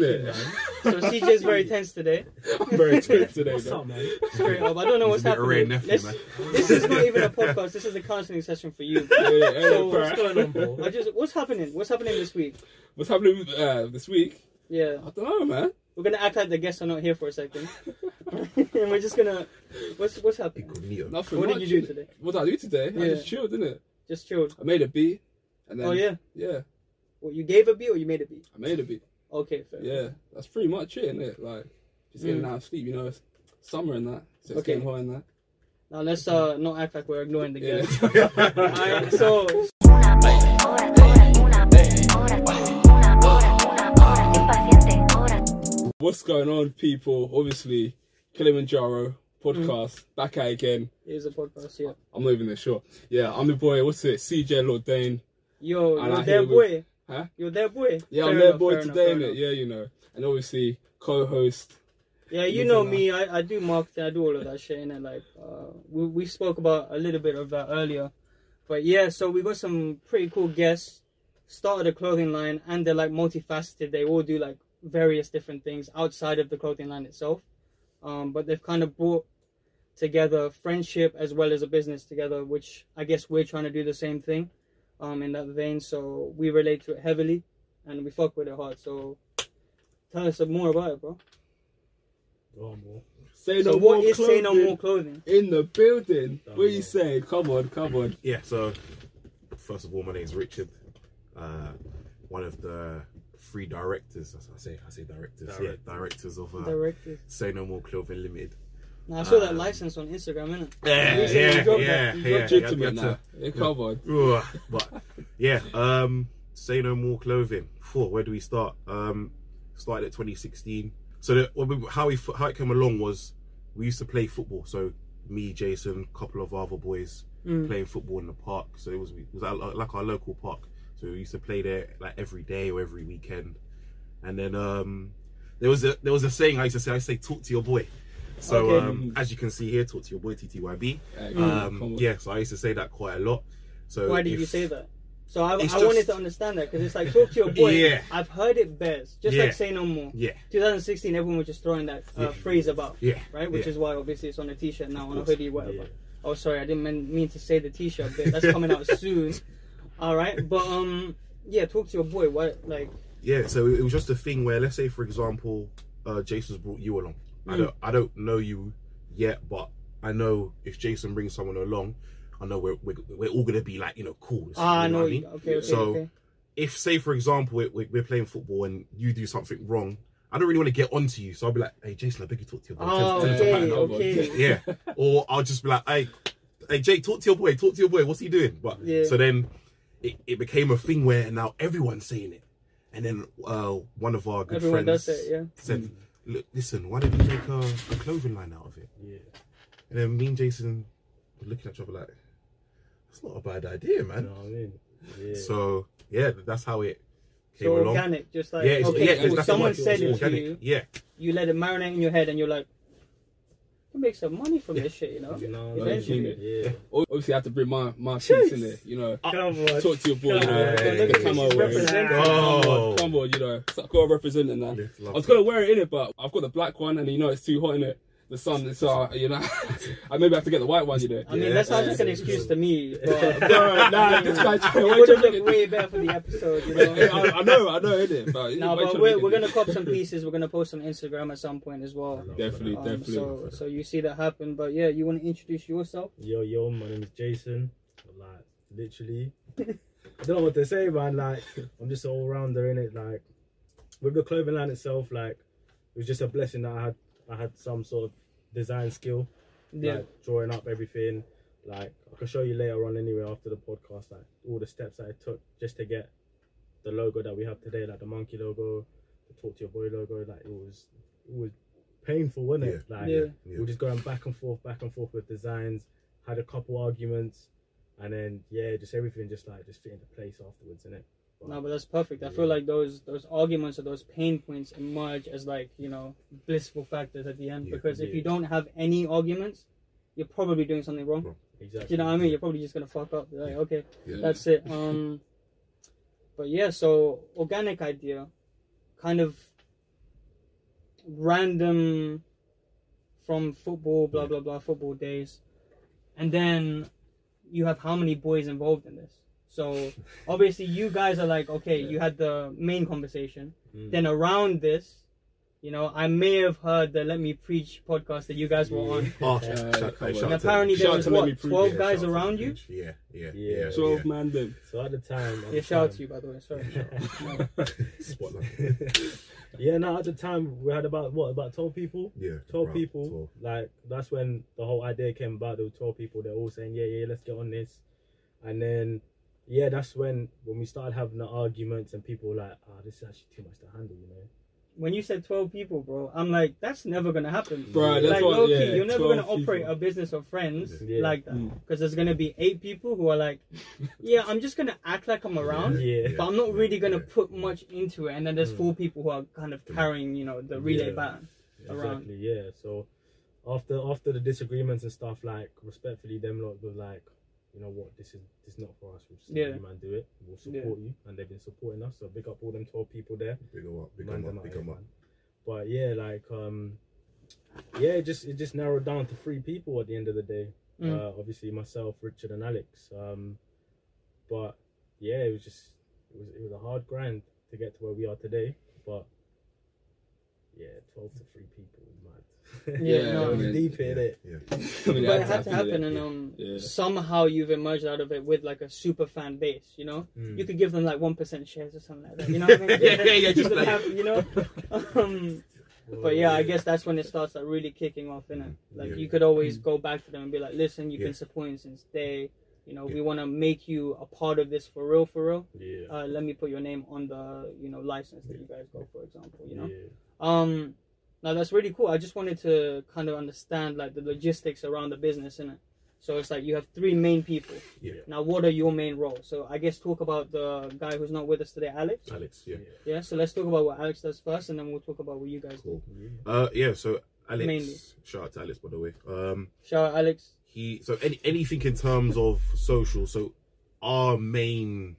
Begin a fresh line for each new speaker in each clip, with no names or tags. Yeah.
So CJ's very tense today.
I'm very tense today,
What's
though.
up, man?
Straight up. I don't know what's
He's a bit of Ray
happening.
Nephew,
Let's-
man.
this is not even a podcast. This is a counseling session for you.
Yeah, yeah, yeah,
So,
bro.
What's going on, bro?
I just what's happening? What's happening this week?
What's happening with, uh, this week?
Yeah,
I don't know, man.
we're gonna act like the guests are not here for a second, and we're just gonna what's what's happening?
Incognito.
Nothing.
What did
much,
you do
innit?
today?
What did I do today? I
Yeah.
just chilled, didn't it?
Just chilled.
I made a beat, and then
Oh yeah.
yeah,
Well, you gave a beat or you made a beat?
I made a beat.
Okay, fair.
Yeah, that's pretty much it, innit? Like just getting
Mm.
out of sleep, you know. It's summer and that, so it's
Okay.
getting hot and that.
Now let's uh not act like we're ignoring the
Yeah.
guests. Alright, so
Una hora, una hora, una hora, una hora, impaciente, hora.
What's going on, people? Obviously, Kilimanjaro podcast
Mm.
back at it again.
here's a podcast. Yeah.
I'm not even that sure. Yeah, I'm the boy. What's it? CJ Lordane.
Yo,
And
you're
I
their
hear
boy.
Huh?
You're their boy.
Yeah,
Fair
I'm their
enough,
boy
fair enough,
today,
fair
innit?
enough.
Yeah, you know. And obviously, co-host.
Yeah, you
Anything
know
like-
me. I, I do marketing. I do all of that shit. And like, uh, we we spoke about a little bit of that earlier. But yeah, so we got some pretty cool guests. Started a clothing line, and they're like multifaceted. They all do like various different things outside of the clothing line itself. Um, but they've kind of brought together friendship as well as a business together, which I guess we're trying to do the same thing. Um, in that vein, so we relate to it heavily, and we fuck with it hard. So, tell us more about it, bro.
Go on, bro.
Say
So
no
what
more
is say no
clothing
more clothing?
in the building.
Don't
What you
know.
saying? Come on, come on.
Yeah, so first of all, my name is Richard. Uh, one of the three directors, as I say, I say directors,
Direct-
yeah, directors of uh,
Directors.
Say No More Clothing Limited.
Now, I saw that
um,
license on Instagram, innit?
Yeah,
You said you
yeah,
dropped
yeah,
that. You dropped it.
yeah. you
Legitimate
had to-
now. Yeah, come on.
Ugh, but yeah, um, say no more clothing. Phew, where do we start? Um, started at 2016. So the, what we- how we f- how it came along was we used to play football. So me, Jason, a couple of other boys
Mm.
playing football in the park. So it was it was at, like our local park. So we used to play there like every day or every weekend. And then um, there was a there was a saying I used to say I used to say talk to your boy. So
Okay.
um, as you can see here, talk to your boy TTYB.
Yeah, come on, come
Um,
on.
yeah, so I used to say that quite a lot. So
Mm. Why did you
if-
say that? So I, I
It's
wanted
just-
to understand that because it's like talk to your boy.
Yeah.
I've heard it best. Just
Yeah.
like say no more.
Yeah,
2016, everyone was just throwing that uh,
Yeah.
phrase about,
yeah.
right? Which
yeah.
is why obviously it's on a T-shirt now, on a
course.
hoodie, whatever.
Yeah.
Oh, sorry, I didn't mean, mean to say the T-shirt bit. That's coming out soon. All right, but um, yeah, talk to your boy. Why, like,
yeah. So it was just a thing where, let's say, for example, uh, Jason's brought you along. I
Mm.
don't, I don't know you yet, but I know if Jason brings someone along, I know we're we're, we're all gonna be like, you know, cool. you
ah,
know
no,
what I
you-
mean?
okay, okay,
So,
okay.
If say, for example, we- we- we're playing football and you do something wrong, I don't really want to get onto you, so I'll be like, hey, Jason, I beg you talk to your boy.
Oh,
Tell him to
okay,
pattern up."
okay.
yeah. Or I'll just be like, hey, hey, Jake, talk to your boy, talk to your boy. What's he doing? But
Yeah.
so then it, it became a thing where now everyone's saying it. And then uh, one of our good
Everyone
friends
does it, yeah. Hmm.
said, look, listen, why don't you make a, a clothing line out of it?
Yeah.
And then me and Jason were looking at each other like, that's not a bad idea,
You
man.
know what I mean? Yeah.
So yeah, that's how it came
So
along.
organic, just like
yeah, it's,
okay,
yeah,
cool.
it's- that's
someone
what
said
it's
it to
organic.
you,
Yeah,
you let it marinate in your head, and you're like, I can make some money from this shit, you know.
You know what I mean?
Eventually.
Yeah.
Ob- Obviously, I had to bring my my piece in there. You know,
Come on.
talk to your boy. You
Come
know,
on.
Gotta
Look
get
at
some
this
away.
representing.
Come on,
Oh.
Come on, you know, so I got representing that.
Yes, love
I was gonna wear it in it, but I've got the black one, and you know it's too hot in it. The sun, so uh, you know, I maybe have to get the white one. You know.
I mean,
Yeah.
that sounds like an excuse to me, but
Bro, nah, this guy trying-
it
why you trying
would have
to get-
looked way better for the episode, you
Yeah,
know.
I, I know, I know, innit? But,
No, but we're, we're gonna cop some pieces. We're gonna post on Instagram at some point as well.
Definitely,
Um,
definitely.
so, so you see that happen, but yeah, you want to introduce yourself?
Yo, yo, my name is Jason. But, Like, literally, I don't know what to say, man. Like, I'm just an all rounder in it. Like, with the clothing line itself, like, it was just a blessing that I had. I had some sort of design skill,
Yeah,
like drawing up everything. Like, I can show you later on anyway after the podcast, like all the steps that I took just to get the logo that we have today, like the monkey logo, the talk to your boy logo. Like, it was, it was painful, wasn't it? Like,
yeah.
yeah.
we were just going back and forth, back and forth with designs. Had a couple arguments, and then yeah, just everything just like just fit into place afterwards, innit? But,
No, but that's perfect. I
Yeah.
feel like those those arguments or those pain points emerge as like you know blissful factors at the end
Yeah.
because if
Yeah.
you don't have any arguments, you're probably doing something wrong. Do
exactly.
you know what I mean? You're probably just gonna fuck up. You're like, okay,
Yeah.
that's it. Um, but yeah, so organic idea, kind of random from football, blah blah blah, football days, and then you have how many boys involved in this. So obviously you guys are like, okay, you had the main conversation.
Hmm.
Mm.
Then around this, you know, I may have heard the Let Me Preach podcast that you guys were on.
Oh,
Yeah,
shout- shout-
come on.
shout
And
out to
apparently
Shout
them.
there
out
was
to Let Me
what,
Preach,
twelve
Yeah,
guys
shout out to
around
them.
you?
Yeah, yeah,
Yeah.
yeah.
Twelve
yeah.
man them.
So at the time, at
Yeah,
the
shout out
time-
to you by the way, sorry.
Spotlight.
yeah, no, at the time we had about what about twelve people.
Yeah,
12
around
people
12.
like that's when the whole idea came about there were 12 people they're all saying yeah yeah let's get on this and then yeah that's when when we started having the arguments and people were like ah this is actually too much to handle you know
When you said twelve people, bro, I'm like, that's never gonna happen.
Bro, Mm. that's
like
what.
low key,
yeah,
you're never gonna
12
operate
people.
a business of friends
Yeah.
like that
Mm.
because there's gonna be eight people who are like, yeah, I'm just gonna act like I'm around,
Yeah.
but I'm not really gonna
yeah.
put much into it. And then there's
Mm.
four people who are kind of carrying, you know, the relay
Yeah.
baton. Around.
exactly yeah so after after the disagreements and stuff like respectfully them lot were like you know what this is this is not for us we'll just let
Yeah.
you man do it we'll support you and they've been supporting us so big up all them 12 people there
Big 'em up, big 'em
Man, them
up,
out
big
here,
'em up.
man. But yeah, like um, yeah, it just it just narrowed down to three people at the end of the day.
Mm.
Uh, obviously myself, Richard, and Alex. Um, but yeah, it was just it was it was a hard grind to get to where we are today. But yeah, twelve to three people, mad.
Yeah, Yeah,
no, man.
deep in it.
Yeah,
I mean,
But it
that's
had to
happened,
happen,
yeah.
and um,
Yeah.
somehow you've emerged out of it with like a super fan base. You know,
Mm.
you could give them like one percent shares or something like that. You know what I mean?
Yeah, yeah, yeah,
Keep
just
them
like-
happy, you know. um, But yeah, I guess that's when it starts like really kicking off, innit?
Mhm.
Like
Yeah.
you could always go back to them and be like, "Listen, you've been
Yeah.
supporting since day. You know, we
Yeah.
want to make you a part of this for real, for real.
yeah,
Uh, let me put your name on the you know license that you guys got, for example. You know,
yeah.
um, now that's really cool. I just wanted to kind of understand like the logistics around the business, innit? So it's like you have three main people.
Yeah.
Now, what are your main roles? So I guess talk about the guy who's not with us today, Alex.
Alex. Yeah,
Yeah. So let's talk about what Alex does first, and then we'll talk about what you guys do.
cool. Uh, yeah. So Alex,
Mainly.
shout out to Alex by the way. Um,
Shout out, Alex.
he so any, anything in terms of social. So our main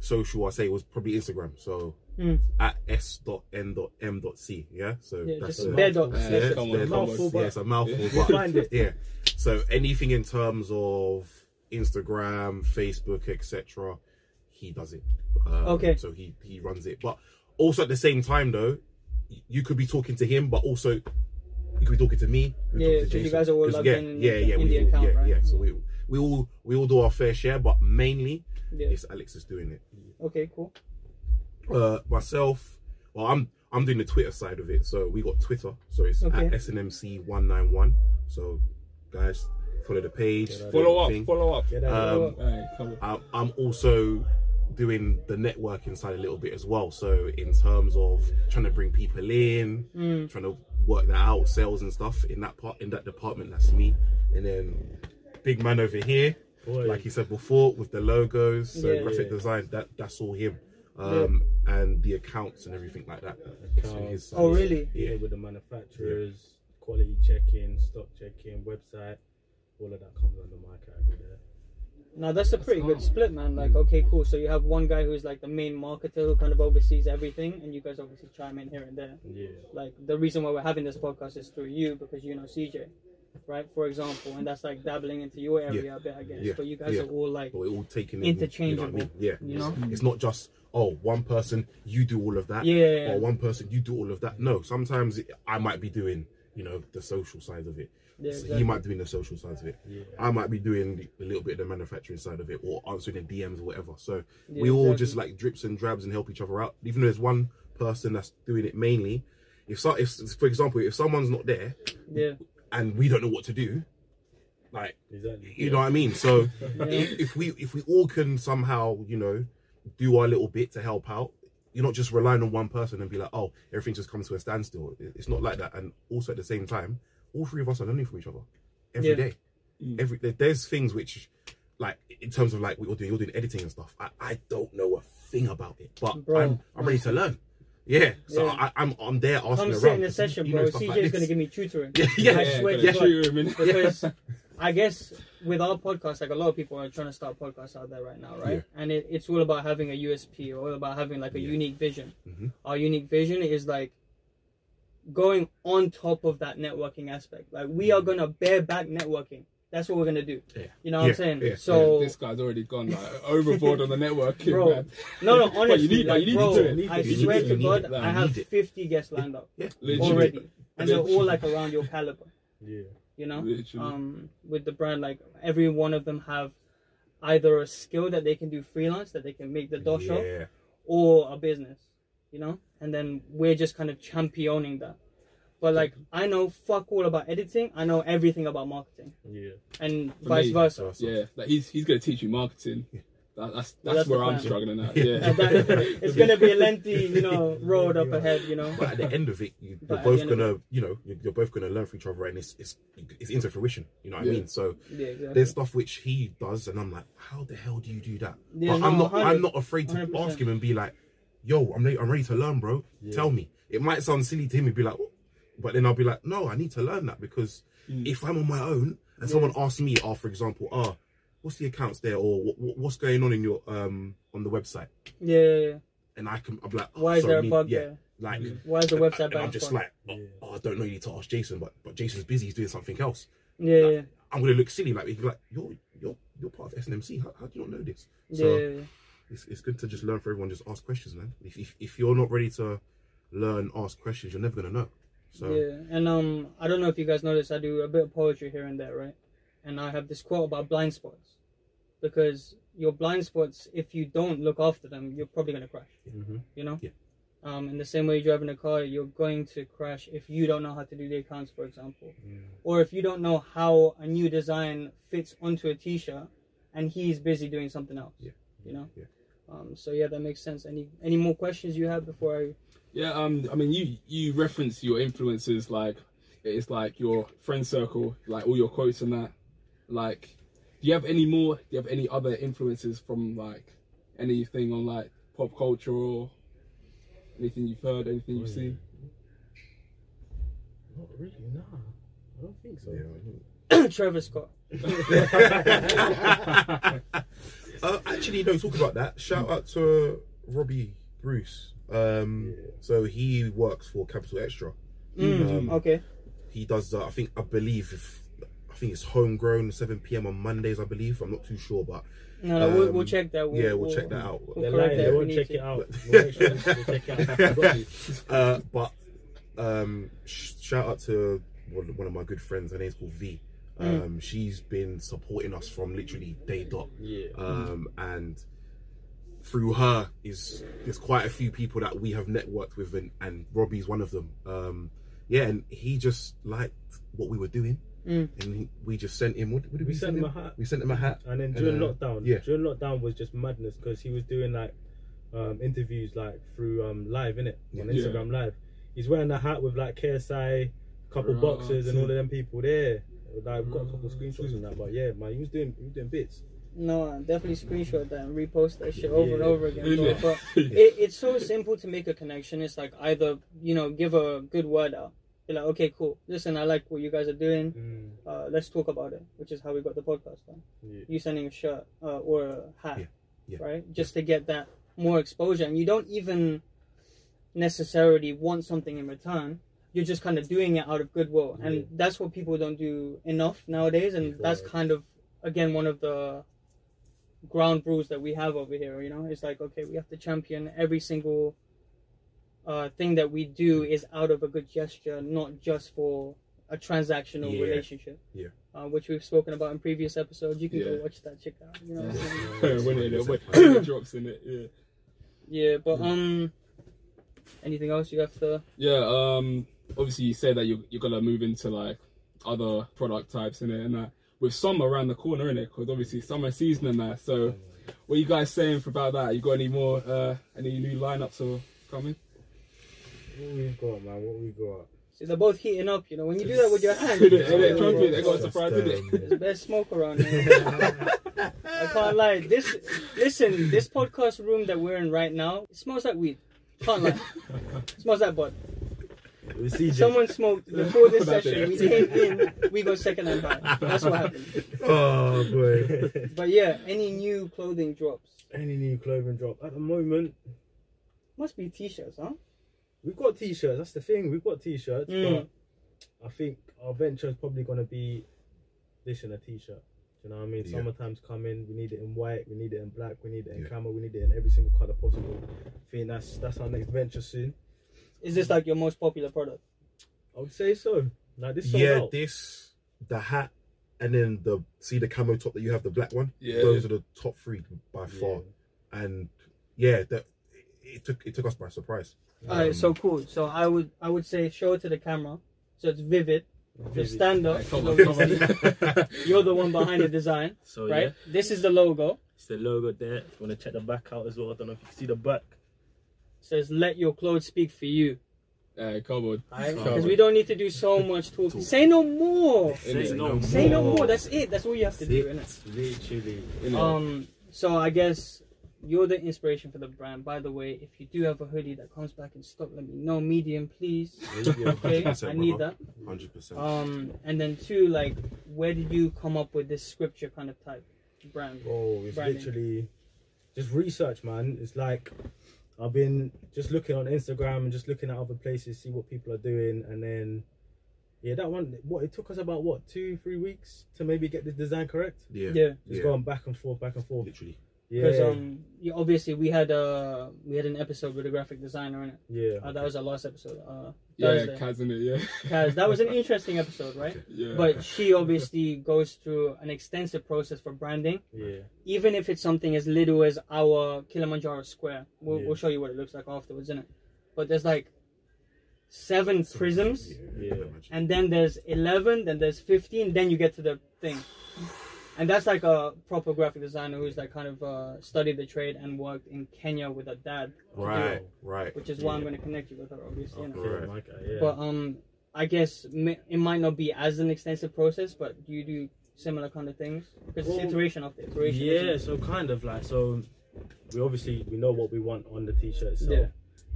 social, I say, was probably Instagram. So
Hmm.
at s.n.m.c. Yeah. So
Yeah,
that's
just
a-
bare dots.
Yeah,
Yeah,
come on,
yeah,
come on.
mouthful,
yeah, it's a mouthful,
Yeah.
but
Find it.
yeah. So anything in terms of Instagram, Facebook, etc., he does it. Um,
Okay.
So he he runs it, but also at the same time though, y- you could be talking to him, but also you could be talking to me. you could be
Yeah,
talking to
'cause you
Jason.
guys are all
'Cause,
logged
yeah,
in in
yeah,
the-
yeah,
in
we
the
all-
account,
yeah,
right?
yeah. So we we all we all do our fair share, but mainly
Yeah.
it's Alex is doing it.
Okay, cool.
uh myself well i'm i'm doing the twitter side of it so we got twitter so it's
Okay.
at snmc191 so guys follow the page
Yeah,
Follow
the
up,
thing.
follow up.
Get out.
um
Alright, come on.
I'm, I'm also doing the networking side a little bit as well so in terms of trying to bring people in
Mm.
trying to work that out sales and stuff in that part in that department that's me and then big man over here
Boy.
like you said before with the logos so
Yeah.
graphic
Yeah.
design that that's all him um and the accounts and everything like that So his-
Oh, really?
yeah
yeah. with the manufacturers, quality checking, stock checking, website, all of that comes under my category there.
Now that's a pretty good
hard.
split, man. Like,
Mm.
okay, cool. So you have one guy who's like the main marketer who kind of oversees everything, and you guys obviously chime in here and there.
Yeah.
Like, the reason why we're having this podcast is through you because you know CJ, right? For example, and that's like dabbling into your area a bit, I guess.
Yeah.
But you guys
Yeah.
are all like,
we're all taking it, you know what I mean?
Interchangeable, you
yeah
know?
It's- it's not just oh one person you do all of that
Yeah.
or one person you do all of that no sometimes it, i might be doing you know the social side of it
Yeah,
So
exactly.
he might be doing the social side of it
Yeah.
i might be doing the- a little bit of the manufacturing side of it or answering the dms or whatever so
Yeah,
we all
exactly.
just like drips and drabs and help each other out even though there's one person that's doing it mainly if, so, if for example if someone's not there
yeah,
and we don't know what to do like
Exactly.
you know what I mean? So
Yeah.
if, if we if we all can somehow, you know, do our little bit to help out, you're not just relying on one person and be like, oh, everything just comes to a standstill. It- It's not like that. And also at the same time, all three of us are learning from each other every
Yeah.
day.
Mm.
Every there- there's things which, like in terms of like what you're doing, you're doing editing and stuff. I, I don't know a thing about it, but
Bro,
I'm I'm ready to learn. Yeah, so
Yeah.
I, I'm I'm there asking
come
around.
sit in the
'cause you-
session,
you
bro.
know
CJ's
stuff like
gonna
this.
give me tutoring.
Yeah, yeah,
I swear
yeah,
to God.
shoot him in.
because I guess with our podcast, like a lot of people are trying to start podcasts out there right now, right? And it, it's all about having a USP, all about having like a
Yeah.
unique vision.
Mhm.
Our unique vision is like going on top of that networking aspect. Like we are gonna bear back networking. That's what we're gonna do.
Yeah.
You know what
Yeah,
I'm saying?
yeah,
so
this guy's already gone like overboard on the networking,
Bro,
man.
no, no, honestly,
But you need,
like,
you need
bro,
to do it.
I
You need
swear
it,
to
you need
God,
it,
I
you
have
need it.
50 guests lined up
Yeah.
Literally.
already, and they're all
Literally.
like around your caliber.
Yeah.
You know,
Literally.
um, with the brand, like every one of them have either a skill that they can do freelance that they can make the dosh of,
Yeah.
or a business, you know? And then we're just kind of championing that. But like, I know fuck all about editing. I know everything about marketing,
Yeah.
and
For
vice
me,
versa.
So, so.
Yeah, like he's he's gonna teach you marketing. That, that's that's,
Well, that's
where
the
I'm
plan.
struggling at.
Yeah.
Yeah,
And that- it's gonna be a lengthy, you know, road up ahead, you know.
But at the end of it, you,
But
you're
at the
both
end of
gonna, you know, you're, you're both gonna learn from each other, and it's it's it's into fruition. You know what
Yeah.
I mean? So
Yeah, exactly.
there's stuff which he does, and I'm like, how the hell do you do that?
Yeah,
but I'm
no,
not,
100,
I'm not afraid to
100%.
ask him and be like, yo, I'm ready, I'm ready to learn, bro.
Yeah.
Tell me. It might sound silly to him and be like, "Oh," but then I'll be like, no, I need to learn that because
Mm.
if I'm on my own and someone asks me, oh, for example, ah, what's the accounts there, or "Wh- wh- what's going on in your um on the website,
Yeah, yeah, yeah.
and I can, I'm like, oh,
Why is
sorry,
there a
me-
bug
yeah,
there?
like.
Why is the
and I-
website
and I'm
bad?
just
for-
like, oh,
Yeah.
oh, I don't know. You need to ask Jason, but but Jason's busy. He's doing something else.
yeah, yeah, yeah.
I'm gonna look silly. Like he'd be like, you're you're you're part of SNMC. How, how do you not know this? So
yeah, yeah, yeah.
it's, it's good to just learn for everyone. Just ask questions, man. If, if if you're not ready to learn, ask questions, you're never gonna know. So
Yeah, and um, I don't know if you guys notice, I do a bit of poetry here and there, right? And I have this quote about blind spots, because your blind spots, if you don't look after them, you're probably gonna crash.
Mhm.
You know.
Mm-hmm. Yeah.
Um, in the same way you're driving a car, you're going to crash if you don't know how to do the accounts, for example, or if you don't know how a new design fits onto a T-shirt, and he's busy doing something else.
Yeah.
You know.
Yeah.
Um, so yeah, that makes sense. Any any more questions you have before I?
yeah. Um, I mean, you you reference your influences like it's like your friend circle, like all your quotes and that. Like, do you have any more? Do you have any other influences from like anything on like pop culture or anything you've heard, anything you've seen?
Not really, nah. I don't think so.
yeah.
Trevor Scott.
uh, actually, no. Talk about that. Shout out to Robbie Bruce. Um,
Yeah.
so he works for Capital Extra.
Mm,
Um,
okay.
he does uh, I think I believe if I think it's homegrown 7 p.m. on Mondays I believe I'm not too sure but
No, no, we'll,
um,
we'll check that.
yeah we'll check that out
We'll
They're
correct
lying,
that
they
if we need
won't check
to.
it out. We'll make sure they check it out. I got you.
uh, but um, sh- shout out to one, one of my good friends her name's called V um, she's been supporting us from literally day dot
Yeah.
um, and through her is there's quite a few people that we have networked with and, and Robbie's one of them um, yeah and he just liked what we were doing
Mm.
and he, we just sent him what, what did we,
We
send
sent him a hat.
we sent him a hat
And then during
uh,
lockdown,
yeah.
during lockdown was just madness because he was doing like um, interviews like through um, live in it on
Yeah.
Instagram live. He's wearing a hat with like KSI, couple
Right.
boxers, and all of them people there. Like we've got a couple screenshots and that, but yeah, man, he was doing he was doing bits.
No, I definitely screenshot that and repost that shit over and over again.
Yeah.
But it, it's so simple to make a connection. It's like either you know give a good word out. You're like, okay, cool. Listen, I like what you guys are doing. Uh, let's talk about it, which is how we got the podcast done.
Yeah.
You sending a shirt uh, or a hat,
Yeah. Yeah.
right? Just to get that more exposure, and you don't even necessarily want something in return. You're just kind of doing it out of goodwill,
Yeah.
and that's what people don't do enough nowadays. And that's
Correct.
kind of again one of the ground rules that we have over here. You know, it's like okay, we have to champion every single uh, thing that we do is out of a good gesture, not just for a transactional
Yeah.
relationship.
Yeah.
Uh, which we've spoken about in previous episodes. You can go
Yeah.
watch that. Check out. You know. What I'm saying?
when it, when it drops in it, yeah.
Yeah, but um, anything else you have to?
Yeah, um obviously you said that you you're gonna move into like other product types in it and that with summer around the corner in it because obviously summer season and that. So what you guys saying for about that? You got any more uh any new lineups or coming?
What we got, man? What we got?
See, they're both heating up. You know, when you do that with your hands,
Did it, did it,
it's
Trump did it, got
Just,
surprised, did it?
um,
there's best smoke around. Here. I can't lie. This listen, this podcast room that we're in right now it smells like weed. Can't lie. smells like bud.
It was CJ.
Someone smoked before this
That's
session.
it.
We came in, we got second and back. That's what happened. um,
oh boy
But yeah, any new clothing drops?
Any new clothing drop at the moment?
Must be t-shirts, huh?
We've got t-shirts. That's the thing. We've got t-shirts,
Mm.
but I think our venture is probably gonna be this in a t-shirt. Do You know what I mean?
Yeah.
Summertime's coming. We need it in white. We need it in black. We need it in
Yeah.
camel. We need it in every single color possible. I think that's that's our next venture soon.
Is this like your most popular product?
I would say so. Like this sold
Uh, yeah,
out.
this, the hat, and then the see the camo top that you have, the black one.
Yeah.
Those are the top three by far. And yeah, that it took it took us by surprise. Um,
Alright, so cool. So I would I would say show it to the camera, so it's vivid.
Vivid.
Just stand up.
Alright, come on,
come
on.
You're the one behind the design,
Oh,
So
right?
yeah,
This is the logo.
it's the logo there. If you want to check the back out as well, I don't know if you can see the back.
says let your clothes speak for you.
Uh, come on.
Because we don't need to do so much talk.
Talk.
Say no more.
Say no
Say no more. That's it. That's all you have to do, innit?
Literally.
You know,
Um, so I guess you're the inspiration for the brand. By the way, if you do have a hoodie that comes back in stock, let me know. Medium, please. Okay, I need that.
Hundred percent.
Um, and then two, like, where did you come up with this scripture kind of type brand?
Bro, Oh, it's
Branding.
literally just research, man. It's like I've been just looking on Instagram and just looking at other places, see what people are doing, and then yeah, that one. What it took us about what two, three weeks to maybe get the design correct.
Yeah.
Yeah,
Just
Yeah.
going back and forth, back and forth.
Literally.
Yeah,
because um, you, obviously we had uh we had an episode with a graphic designer in it.
yeah.
Uh, that was our last episode. Uh,
yeah,
Thursday.
Kaz in it, yeah.
Kaz, that was an interesting episode, right?
yeah.
But she obviously goes through an extensive process for branding,
yeah.
even if it's something as little as our Kilimanjaro square. We'll,
Yeah.
we'll show you what it looks like afterwards, innit? But there's like seven prisms,
Yeah.
Yeah.
imagine.
and then there's 11, then there's 15, then you get to the thing. And that's like a proper graphic designer who's like kind of uh, studied the trade and worked in Kenya with her dad,
Right. Right.
which is why I'm going to connect you with her, obviously. innit?
Okay.
Yeah, my guy, yeah.
But um, I guess m- it might not be as an extensive process, but you do similar kind of things because
Well,
it's iteration after iteration. isn't
Yeah,
it?
so kind of like so.
we obviously we know what we want on the t-shirt so
Yeah.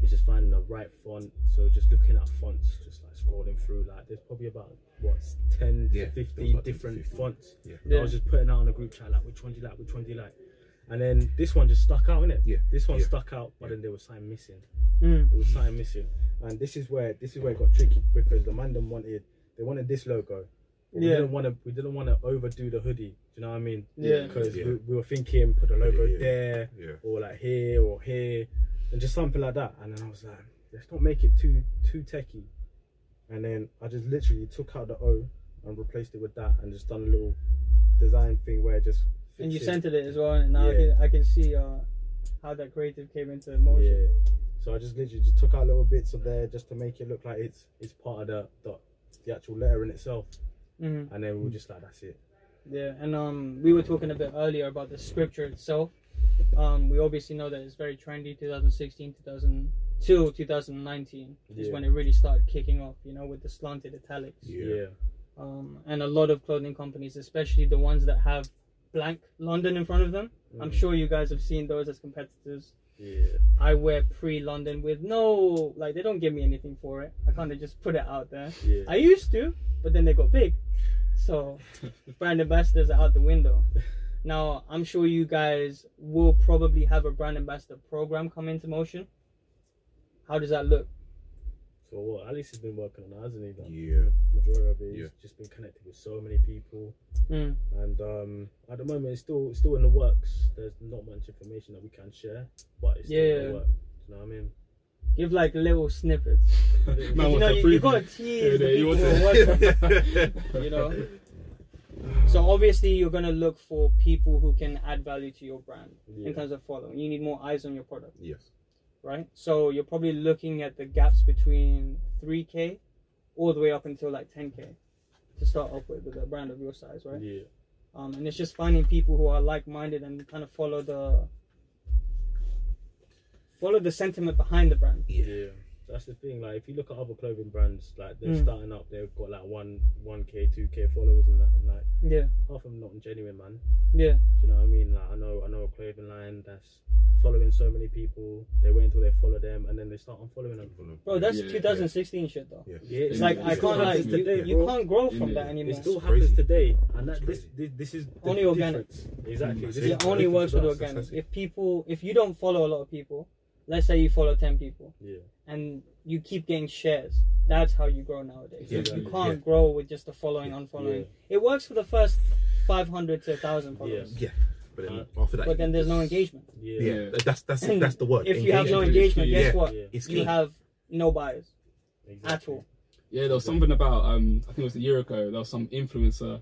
it's just finding the right font so just looking at fonts just like scrolling through like there's probably about what 10
Yeah,
to
there was
15
about 10 to
different
15.
fonts
Yeah.
i was just putting out on the group chat like which one do you like which one do you like and then this one just stuck out in it
Yeah,
this one
yeah.
stuck out but then there was something missing
Mm.
there was something missing and this is where this is where it got tricky because the mandem wanted they wanted this logo but we
Yeah.
didn't want to we didn't want to overdo the hoodie do you know what i mean
Yeah.
because
Yeah.
we, we were thinking put the logo
yeah.
there
Yeah.
or like here or here and just something like that and then i was like let's not make it too too techy and then i just literally took out the o and replaced it with that and just done a little design thing where it just
And
fits
you
in.
centered it as well, and now I,
Yeah.
can, I can see uh, how that creative came into
yeah
motion.
so i just literally just took out little bits of there just to make it look like it's it's part of the the, the actual letter in itself
Yeah. hmm
and then we were just like that's it
yeah. And um, we were talking a bit earlier about the scripture itself. Um, we obviously know that it's very trendy. 2016, 2000 till 2019 is
Yeah.
when it really started kicking off. You know, with the slanted italics.
Yeah.
um, and a lot of clothing companies, especially the ones that have blank London in front of them. I'm
Mm.
sure you guys have seen those as competitors.
yeah
I wear pre London with no, like, they don't give me anything for it. I kind of just put it out there.
yeah
I used to, but then they got big. So, brand ambassadors are out the window. Now, I'm sure you guys will probably have a brand ambassador program come into motion. How does that look?
So what Alex has been working on, that, hasn't he? Like,
Yeah.
the Majority of it, he's
Yeah.
just been connected with so many people,
Mm.
and um, at the moment it's still it's still in the works. There's not much information that we can share, but it's still in
Yeah.
the work. You know what I mean?
Give like little snippets.
Man
you
wants
know,
a
you, you
preview.
got to tease
Yeah,
the
yeah, you
people
want
who
to-
are watching. you know. So obviously you're gonna look for people who can add value to your brand
Yeah.
in terms of following. You need more eyes on your product,
Yes.
right? So you're probably looking at the gaps between 3k all the way up until like 10k to start off with with a brand of your size, right?
Yeah,
Um, and it's just finding people who are like-minded and kind of follow the follow the sentiment behind the brand.
yeah. That's the thing. Like if you look at other clothing brands, like they're
Mm.
starting up, they've got like one one k, two k followers and that, and like
Yeah,
half of them not genuine, man.
yeah,
Do you know what I mean? Like I know I know a clothing line that's following so many people. They wait until they follow them, and then they start unfollowing them.
bro. That's
Yeah, yeah.
2016 shit though.
Yeah.
Yeah,
It's like
It
I
still
can't like
happens
you,
today,
you can't grow from
India.
that
It
anymore.
still
It's
happens
crazy.
today, and that,
It's
this,
crazy.
this this is the
Only organic.
difference. Exactly.
Mm,
This
I
is
see.
the
It only
difference
works with
us.
organic.
organic. If people, if you don't follow a lot of people, let's say you follow 10 people
Yeah.
and you keep getting shares. That's how you grow nowadays.
Yeah,
you
yeah,
can't grow with just the following, unfollowing. It works for the first 500 to 1,000 followers,
Yeah. But then after that,
but then there's no engagement.
Yeah.
Yeah,
Yeah.
that's that's that's the word.
If you have no
Engagement is
engagement,
key.
guess
Yeah.
what?
Yeah.
It's
You
key.
have no buyers at all.
Yeah, there was something about um, I think it was a year ago. There was some influencer.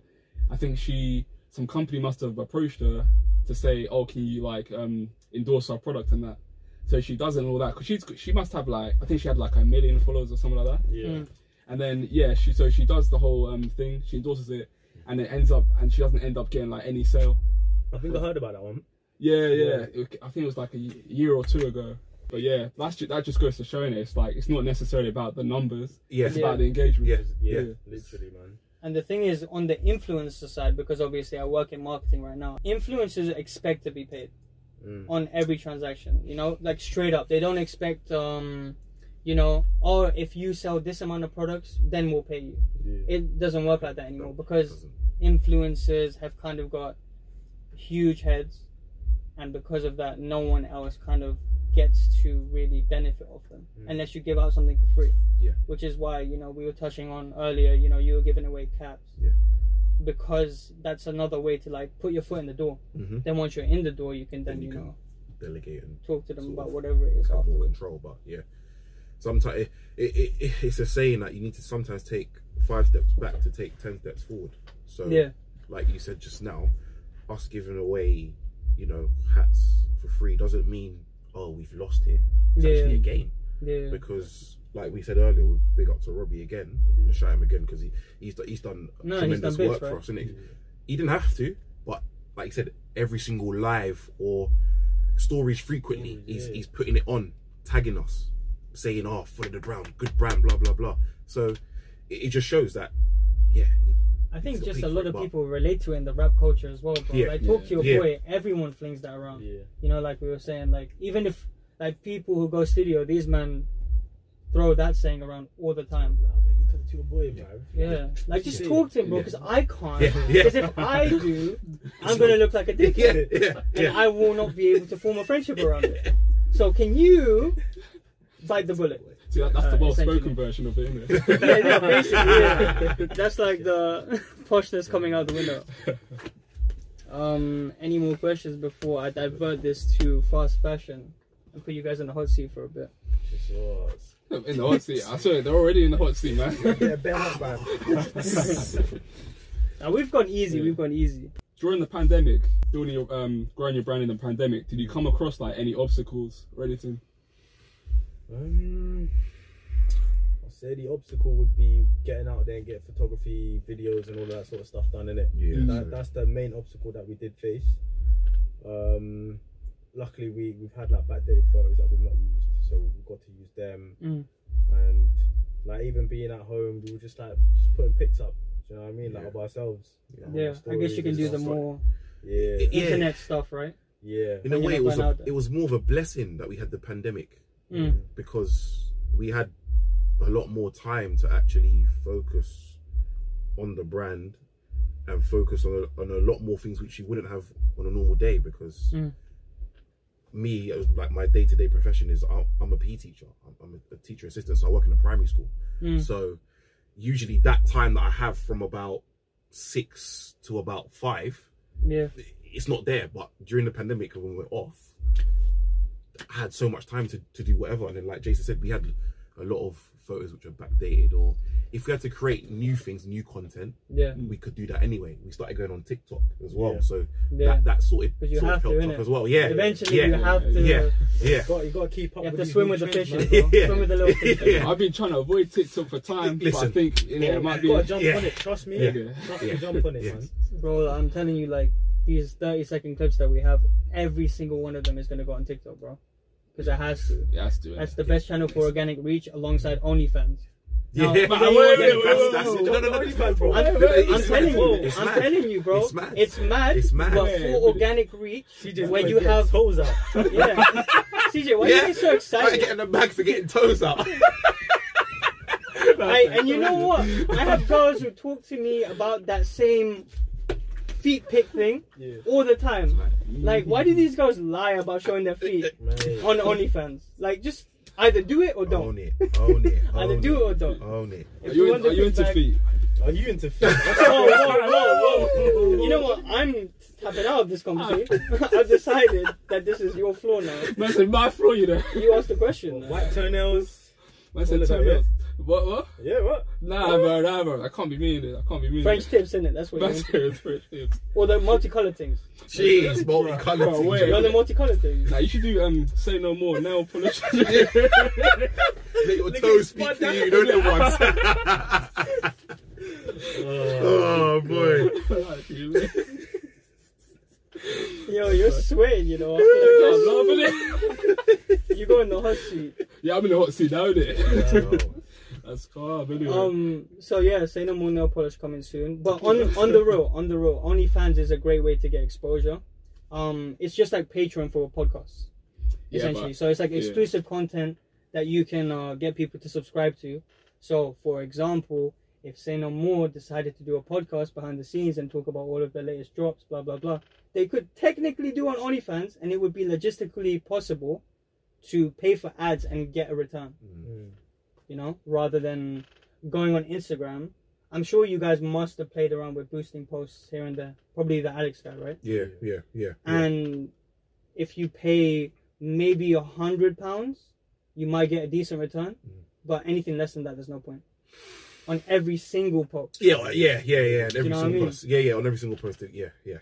I think she, some company must have approached her to say, "Oh, can you like um, endorse our product and that?" So she does it and all that because she's she must have like I think she had like a million followers or something like that.
Yeah.
Mm.
And then yeah, she so she does the whole um, thing. She endorses it, and it ends up and she doesn't end up getting like any sale.
I think I heard about that one.
Yeah, yeah. It- I think it was like a y- year or two ago. But yeah, that's ju- that just goes to showing it. It's like it's not necessarily about the numbers.
Yeah.
It's about the engagement.
Yeah.
Yeah.
Yeah.
Literally, man.
And the thing is, on the influencer side, because obviously I work in marketing right now, influencers expect to be paid
Mm.
on every transaction, you know, like straight up. They don't expect, um, you know, or if you sell this amount of products, then we'll pay you.
Yeah.
It doesn't work like that anymore because
Doesn't-
influencers have kind of got huge heads, and because of that, no one else kind of gets to really benefit off them
Mm.
unless you give out something for free.
Yeah.
Which is why you know we were touching on earlier. You know, you were giving away caps.
Yeah.
Because that's another way to like put your foot in the door.
Mhm.
Then once you're in the door, you can then,
Then you
you
can
know
Delegate and
talk to them
sort
about
of
whatever it is
have more
afterwards.
control, but yeah, sometimes it, it, it, it- it's a saying that you need to sometimes take five steps back to take ten steps forward. So
Yeah.
like you said just now, us giving away, you know, hats for free doesn't mean oh we've lost here. It's
Yeah.
actually a gain
Yeah.
because like we said earlier, we big up to Robbie again, and shout him again because he he's, done- he's done
No, he's
tremendous
done bits,
work for
right?
us, and he he didn't have to, but like you said, every single live or stories frequently,
Mm,
Yeah,
he's
yeah.
he's putting it on, tagging us, saying oh for the brand, good brand, blah blah blah. So it, it just shows that yeah,
I think
It's a
just a
big
lot of
bar.
people relate to it in the rap culture as well, bro.
Yeah.
like talk to your
Yeah.
boy, everyone flings that around.
Yeah.
You know, like we were saying, like even if like people who go studio, these men throw that saying around all the time.
Nah, but you talk to your boy, man.
Yeah, like just
Yeah.
talk to him, bro, because I can't.
Yeah. Yeah.
Because if I do, I'm gonna look like a dickhead,
yeah yeah
and
yeah.
I will not be able to form a friendship around it. So can you bite the bullet?
See, that, that's
Uh,
the well-spoken
essentially.
version of it, isn't it?
yeah, yeah, basically, yeah. That's like the poshness coming out the window. Um, any more questions before I divert this to fast fashion and put you guys in the hot seat for a bit?
Just yours.
in the hot seat. I swear, they're already in the hot seat, man.
Yeah, bear up, man.
Now we've gone easy. We've gone easy.
During the pandemic, building your, um, growing your brand in the pandemic, did you come across like any obstacles or anything?
Um, I'd say the obstacle would be getting out there and get photography, videos, and all that sort of stuff done in it.
Yeah,
Mm.
that,
so-
that's the main obstacle that we did face. Um, luckily, we we've had like backdated photos that we've not used, so we've got to use them.
Mm.
And like even being at home, we were just like just putting pics up. Do you know what I mean? Like
Yeah.
of ourselves. like, on
Yeah,
our
I guess you can
stories
do
and
the
stuff like-
more
Yeah,
Yeah.
internet stuff, right?
yeah,
In a
When you're
way, it
not
was
going
a,
out there.
it was more of a blessing that we had the pandemic
Mm.
because we had a lot more time to actually focus on the brand and focus on a, on a lot more things which you wouldn't have on a normal day because
Mm.
me it was like my day-to-day profession is I'm, I'm a PE teacher I'm, I'm a teacher assistant so I work in a primary school
Mm.
so usually that time that I have from about six to about five
Yeah,
it's not there, but during the pandemic when we were off, I had so much time to, to do whatever. And then like Jason said, we had a lot of photos which are backdated or if we had to create new things, new content,
yeah,
we could do that anyway. We started going on TikTok as well.
Yeah.
So
yeah.
that, that sorted
'Cause you
sort
have
of
to,
helped
innit?
up as well. Yeah.
Eventually,
yeah.
you have to.
yeah.
You got you got to keep up.
You have
with
to
these
swim
new
with the
trends,
fishes,
man.
bro.
Yeah.
Swim with the little fishes.
Yeah.
I've been trying to avoid TikTok for time, but I
Listen.
think you know, it might
You
be.
gotta jump
Yeah.
on it. Trust me.
Yeah.
Trust me.
Yeah.
Jump on it,
Yeah.
man.
Bro, I'm telling you, like these 30 second clips that we have, every single one of them is gonna go on TikTok, bro. Because it has to.
Yeah, that's doing.
That's the best channel for organic reach alongside OnlyFans.
Yeah.
No,
Yeah.
but
I-
Yeah.
wait, wait,
That's-
wait,
that's-
wait,
No, no, no,
wait,
no,
wait,
bro.
I'm,
No, no,
I'm
it's
telling
mad.
you,
It's
I'm
mad.
telling you, bro.
It's mad.
It's mad,
It's mad.
but
Yeah,
for
but-
organic reach,
She just
when
gotta
you
get
have,
toes out.
yeah. CJ, why are
Yeah.
you so
Started
excited?
getting the bag for getting toes out.
I, and you know what? I have girls who talk to me about that same feet pic thing
Yeah.
all the time. Like, why do these girls lie about showing their feet
Mate.
on OnlyFans? Like, just either do it or don't.
Own it. Own it. Own
Either
it.
do it or don't.
Own it.
Are
If
you, in,
want the
are you
big
into
bag-
feet?
Are you into
Oh,
fish?
Whoa, whoa, whoa, whoa. You know what? I'm tapping out of this conversation. I've decided that this is your floor now.
Man said, my floor, you know.
You asked the question.
White toenails.
Man
All
said,
of
time
that,
out. What, what?
Yeah, what?
Nah, bro, nah, bro. I can't be mean it. I can't be mean
French
it.
tips, innit? That's what
Man
you're into.
said, French tips.
Or the multicolored things.
Jeez, multicolored.
Bro, wait.
You're
thing.
the multicolored things.
Nah, you should do um, say no more, nail polish.
Let your toes speak for you. Don't let one.
Uh.
Oh boy.
Like, really?
Yo, you're sweating, you know. after
I'm loving it.
that. you go in the hot seat.
Yeah, I'm in the hot seat now, innit?
Oh.
That's calm, anyway.
Um. So yeah, say no more nail polish coming soon. But on on the road, on the road, OnlyFans is a great way to get exposure. Um, it's just like Patreon for podcasts,
Yeah,
essentially.
but-
so it's like
yeah.
exclusive content that you can uh, get people to subscribe to. So, for example, if Say No More decided to do a podcast behind the scenes and talk about all of the latest drops, blah blah blah, they could technically do on OnlyFans, and it would be logistically possible to pay for ads and get a return
Mm.
you know, rather than going on Instagram. I'm sure you guys must have played around with boosting posts here and there. Probably the Alex guy, right?
Yeah, yeah, yeah. yeah.
And if you pay maybe a hundred pounds, you might get a decent return. But anything less than that, there's no point. On every single post.
Yeah, like, yeah, yeah, yeah. and Every
You know what I
single
mean?
post. Yeah, yeah, on every single post. Yeah, yeah.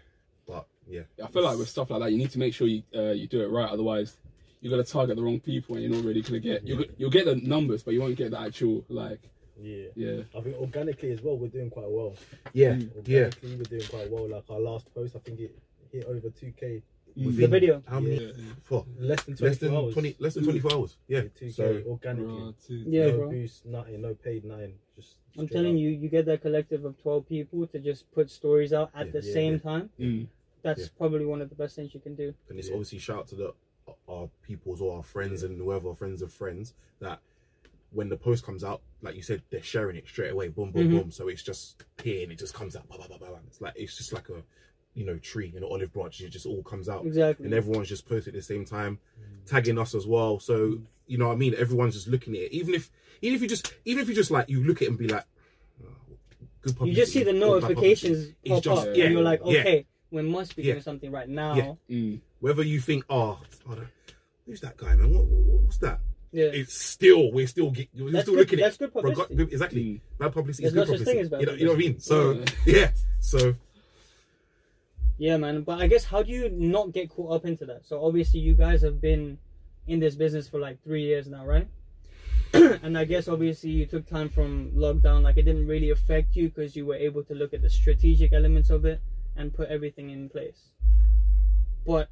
But yeah.
I feel like with stuff like that, you need to make sure you uh, you do it right. Otherwise, you're gonna target the wrong people, and you're not really gonna get. You'll, you'll get the numbers, but you won't get the actual like.
Yeah.
Yeah,
I think organically as well, we're doing quite well.
Yeah, yeah.
Organically, we're doing quite well. Like our last post, I think it hit over 2k.
Mm.
The video.
How many?
Yeah.
Fuck.
Less than 24
Less than
hours.
twenty. Less than twenty-four hours. Yeah.
Yeah, 2k
So
organically.
Bruh, too.
Yeah,
no
bro.
boost, nothing, no paid, nothing. Just
I'm
straight
telling
up.
you, you get that collective of 12 people to just put stories out at
Yeah,
the
yeah,
same
yeah.
time.
Mm.
That's
Yeah.
probably one of the best things you can do.
and it's
Yeah.
obviously shout out to the our peoples or our friends and whoever our friends of friends that when the post comes out, like you said, they're sharing it straight away, boom, boom,
Mhm.
boom. So it's just here and it just comes out, bah, bah, bah, bah, bah. It's like it's just like a you know tree and an olive branch. It just all comes out,
Exactly. Mm.
and everyone's just posting at the same time, tagging us as well. So you know what I mean. Everyone's just looking at it, even if even if you just even if you just like you look at it and be like. "Oh, Good
you just see the
publicity, good bad publicity."
notifications
It's
pop
just-
up,
yeah,
and you're like,
yeah.
okay, we must be
Yeah.
doing something right now. Yeah,
Yeah.
Mm.
Whether you think, oh, I don't- who's that guy, man? What, what, what's that? it's still we're still ge- we're
That's
still
good-
looking
that's
at
good publicity.
Reg- exactly bad publicity is
There's
good
no such
publicity
thing as bad
you know, you know what I mean so
publicity.
Hmm. yeah so
yeah, man. But I guess how do you not get caught up into that? So obviously, you guys have been in this business for like three years now, right? and I guess obviously you took time from lockdown. Like it didn't really affect you because you were able to look at the strategic elements of it and put everything in place. But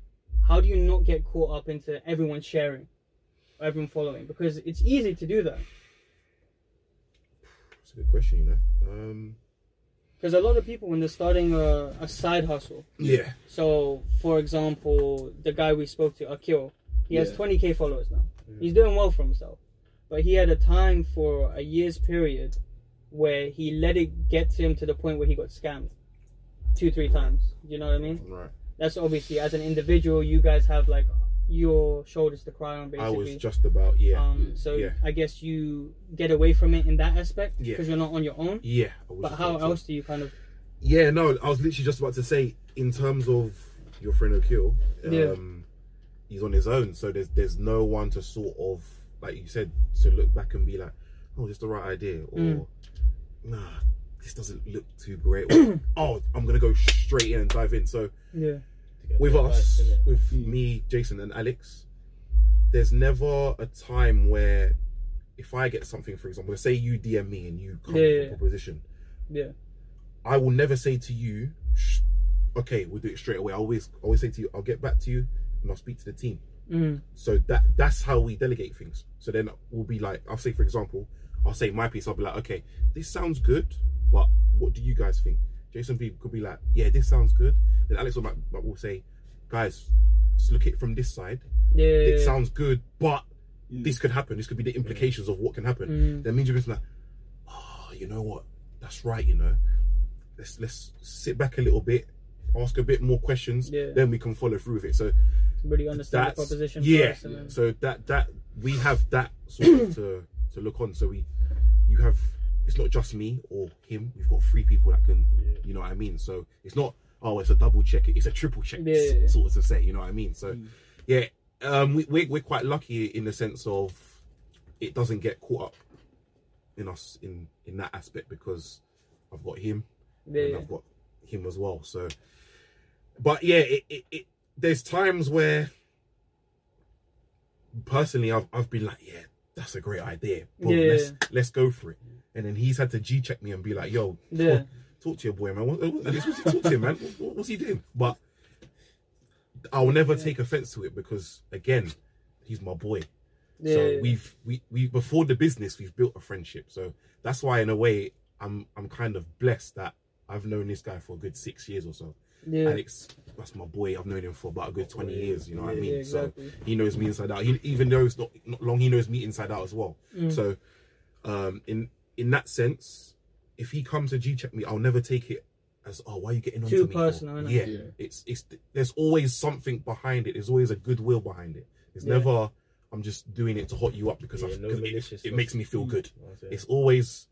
how do you not get caught up into everyone sharing, or everyone following? Because it's easy to do that.
it's a good question you know um
Because a lot of people, when they're starting a, a side hustle,
yeah
so for example, the guy we spoke to, Akil, he has
Yeah.
20k followers now. He's doing well for himself. But he had a time for a year's period where he let it get to him to the point where he got scammed two, three times. You know what I mean?
right
That's obviously, as an individual, you guys have like your shoulders to cry on,
I
basically.
was just about yeah
um, so
yeah.
I guess you get away from it in that aspect
Yeah.
because you're not on your own.
yeah I was
But
just
how
about to-
else do you kind of
yeah no I was literally just about to say in terms of your friend O'Kill um
Yeah.
he's on his own so there's there's no one to sort of like you said to look back and be like oh just the right idea or
Mm.
nah this doesn't look too great or, oh I'm gonna go straight in and dive in so
yeah
with
Yeah,
us,
right, innit?
with me, Jason, and Alex, there's never a time where if I get something, for example, say you DM me and you come
Yeah,
with
yeah,
a
yeah.
proposition,
yeah
I will never say to you, "Sh- okay, we'll do it straight away. I always, always say to you, I'll get back to you and I'll speak to the team.
mm.
So that that's how we delegate things. So then we'll be like, I'll say, for example, I'll say my piece. I'll be like, okay, this sounds good, but what do you guys think? Jason B could be like, yeah, this sounds good. Then Alex will, might, might- will say, guys, just look at it from this side.
yeah
It sounds good, but
Mm.
this could happen. This could be the implications of what can happen.
Mm.
Then me and Jason like, "Ah, oh, you know what? That's right. You know, let's let's sit back a little bit. ask a bit more questions,
Yeah.
then we can follow through with it. So
really understand the
that's
proposition.
yeah.
first and then-
So that that we have that sort of to to look on. So we you have it's not just me or him. We've got three people that can
Yeah.
you know what I mean. So it's not oh it's a double check. It's a triple check
Yeah, yeah, yeah.
sort of to say. You know what I mean. So
Mm.
yeah, um, we we're, we're quite lucky in the sense of it doesn't get caught up in us in in that aspect because I've got him
yeah,
and
yeah.
I've got him as well. So, but yeah, it, it, it there's times where personally I've I've been like, yeah, that's a great idea. Boom,
Yeah.
let's let's go for it. And then he's had to G check me and be like, yo,
Yeah.
talk to your boy, man. What, what, what's he talk to him, man? What, what's he doing? But I'll never take offense to it because again, he's my boy
Yeah,
so
yeah.
we've we, we before the business we've built a friendship so that's why in a way i'm i'm kind of blessed that i've known this guy for a good six years or so
yeah.
alex that's my boy i've known him for about a good 20 years you know what i
Yeah,
mean
yeah, exactly.
so he knows me inside out he, even though it's not, not long he knows me inside out as well
Mm.
so um in in that sense if he comes to g-check me i'll never take it as oh why are you getting on
Too
to me for?"
personal, innit?
yeah
Yeah.
it's it's there's always something behind it. There's always a goodwill behind it. It's
Yeah.
never I'm just doing it to hot you up because
Yeah,
I,
no
because
malicious
it, it
stuff.
makes me feel good.
That's
It's always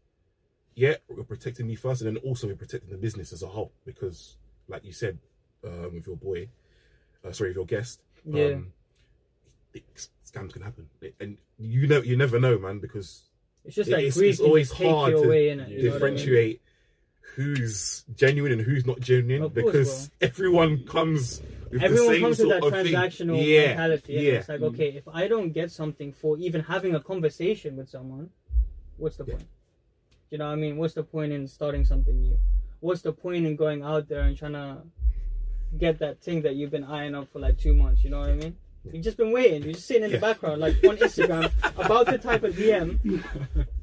yeah, you're protecting me first, and then also you're protecting the business as a whole because, like you said, um, with your boy, uh, sorry, with your guest,
Yeah.
um, it, scams can happen, It- and you know you never know, man, because
It's just
it-
like
it's-
greed
it's
can
always
just take
hard
you
to
away, innit? You know what I mean?
differentiate who's genuine and who's not genuine
Of course,
because everyone comes with the
Everyone
same
comes with
sort
that
of
transactional
thing. Yeah,
mentality. and
yeah.
It's like, okay, if I don't get something for even having a conversation with someone, what's the
Yeah.
point? You know what I mean? What's the point in starting something new? What's the point in going out there and trying to get that thing that you've been eyeing up for like two months? You know what I mean? You've just been waiting. You're just sitting in the
Yeah.
background, like on Instagram, about to type a DM,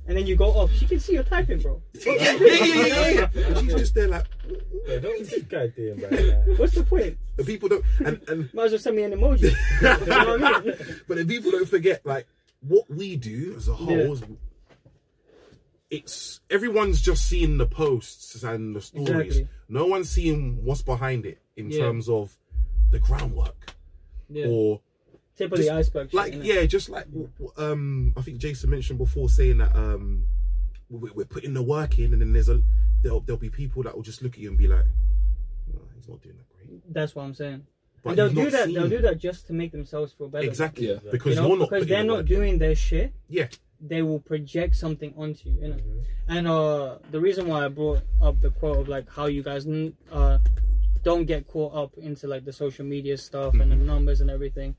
and then you go off. She can see you're typing, bro.
yeah, yeah, yeah, yeah, yeah. And She's just there like
Yeah, don't be this guy doing, bro. Like,
What's the point?
the people don't and, and
Might as well send me an emoji. You know what I mean?
but the people don't forget like what we do as a whole.
Yeah.
is- It's everyone's just seeing the posts and the stories.
Exactly.
No one's seeing what's behind it in
Yeah.
terms of the groundwork
Yeah.
or
Tip of the
Just
iceberg. shit,
like
innit?
yeah just like w- w- um i think jason mentioned before saying that um we- we're putting the work in and then there's a there'll, there'll be people that will just look at you and be like oh, he's not doing that great
That's what I'm saying.
but
and they'll
you've
do
not
that.
seen-
They'll do that just to make themselves feel better.
exactly
Yeah.
because
You
you
know,
are
because
not putting
they're
the
not
work in.
doing their shit.
yeah Mm-hmm.
They will project something onto you. you know? And uh, the reason why I brought up the quote of like how you guys n- uh, don't get caught up into like the social media stuff and the
Mm-hmm.
numbers and everything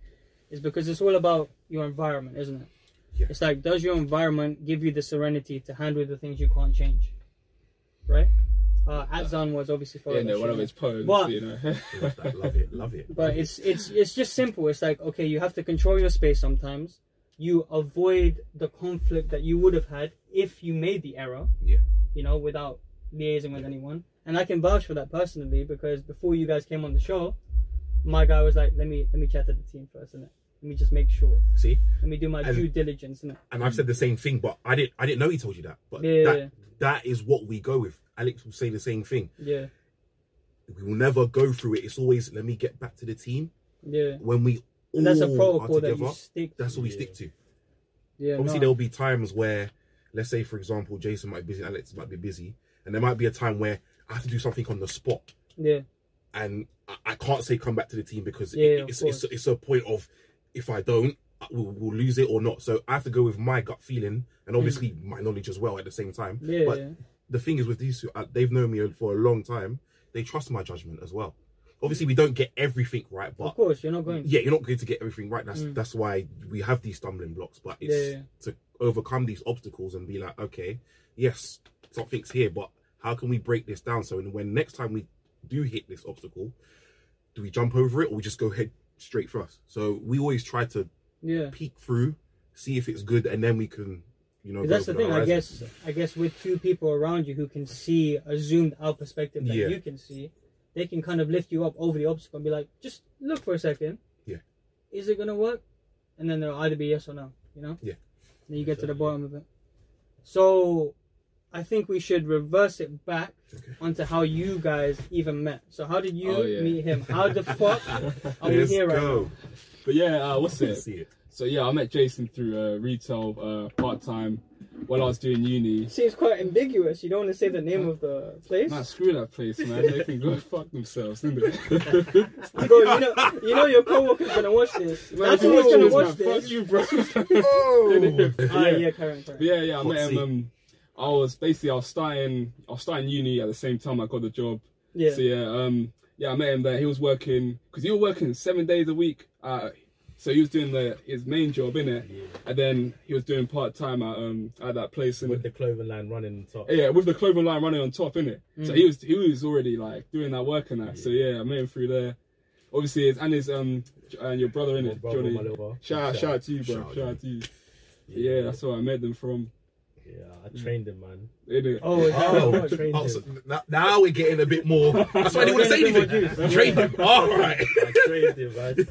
is because it's all about your environment, isn't it?
Yeah.
It's like, does your environment give you the serenity to handle the things you can't change? Right? Uh, Adzan was obviously
Yeah,
following
no, one of his poems,
Oh, But-
you know.
love that, love it love it
but it's it's it's just simple it's like okay you have to control your space sometimes you avoid the conflict that you would have had if you made the error
Yeah.
you know without liaising with anyone and i can vouch for that personally because before you guys came on the show my guy was like let me let me chat to the team first and let me just make sure
see
let me do my
And-
due diligence and
and i've said the same thing but i didn't i didn't know he told you that but
Yeah, yeah,
that
yeah.
that is what we go with alex will say the same thing
yeah
we will never go through it it's always let me get back to the team
yeah
when we all
and that's a
are
protocol that
together
you stick
that's what we
Yeah.
stick to
yeah
obviously
no.
there'll be times where let's say for example jason might be busy alex might be busy and there might be a time where i have to do something on the spot
yeah
and i, I can't say come back to the team because it-
Yeah, of
it's,
course.
it's, it's a point of if i don't I- we'll, we'll lose it or not so i have to go with my gut feeling and obviously my knowledge as well at the same time
Mm. yeah,
but
yeah.
the thing is with these two uh, they've known me for a long time they trust my judgment as well obviously we don't get everything right but
of course you're not going
yeah, you're not going to get everything right. That's
Mm.
that's why we have these stumbling blocks, but it's
Yeah, yeah.
to overcome these obstacles and be like, okay, yes, something's here, but how can we break this down? So, and when next time we do hit this obstacle, do we jump over it or we just go head straight for us? So we always try to
yeah
peek through, see if it's good, and then we can, you know,
'Cause
go
that's
for
the thing, I
horizon.
guess. I guess with two people around you who can see a zoomed out perspective that
Yeah.
you can see, they can kind of lift you up over the obstacle and be like, "Just look for a second.
Yeah.
Is it gonna work?" And then there'll either be yes or no. You know.
Yeah.
Then you get to the bottom of it. So, I think we should reverse it back onto how you guys even met. So how did you
Oh, yeah.
meet him? How the fuck are we
Let's
here right now?
go.
But yeah, uh, what's it?
See it.
So yeah, I met Jason through uh, retail uh, part time while I was doing uni.
Seems quite ambiguous. You don't want to say the name of the place.
Nah, screw that place, man. They can go fuck themselves, innit?
Bro, you know, you know your coworker's gonna watch this.
Man, if
That's
you
who's
watch
gonna
this,
watch
man,
this.
fuck you, bro.
Oh.
Ah, yeah, Karen, Karen.
But yeah, yeah, I met
Foxy.
him. Um, I was basically I was starting I was starting uni at the same time I got the job.
Yeah.
So yeah, um, yeah, I met him there. He was working because he was working seven days a week. Uh, so he was doing the his main job in it, and then he was doing part time at um at that place
with
and
the clothing line running on top.
yeah with the clothing line running on top in it. So he was he was already like doing that work and that. So yeah, I met him through there. Obviously, his, and his um J- and your brother in
My
it,
brother,
Johnny.
my little brother.
Shout out, shout out to you, bro.
Shout out,
Shout, out to you. Yeah, that's where I met them from.
Yeah, I trained him, man.
Innit?
Oh, is that
Oh,
what-
trained
Oh, so
him.
now, now we're getting a bit more. That's why I didn't want to say anything. Train him. All right.
I trained him, man.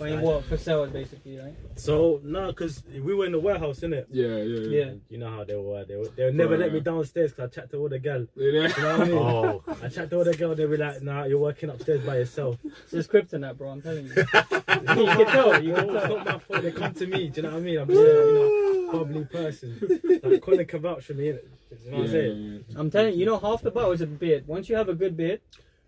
I mean, what for sales basically, right?
So no, because we were in the warehouse, innit?
Yeah, yeah, yeah.
Yeah.
You know how they were. They were, they would never let me downstairs because I chat to all the girl. You know what I mean?
Oh,
I chat to all the girl. They be like, Nah, you're working upstairs by yourself.
So it's kryptonite, bro. I'm telling you.
you can tell. You can tell. It's Oh, not my fault. They come to me. Do you know what I mean? I'm just like, you know, bubbly person. Like Colin can vouch for me. innit? Do you know what I'm saying?
I'm telling you, you know, half the battle is a beard. Once you have a good beard,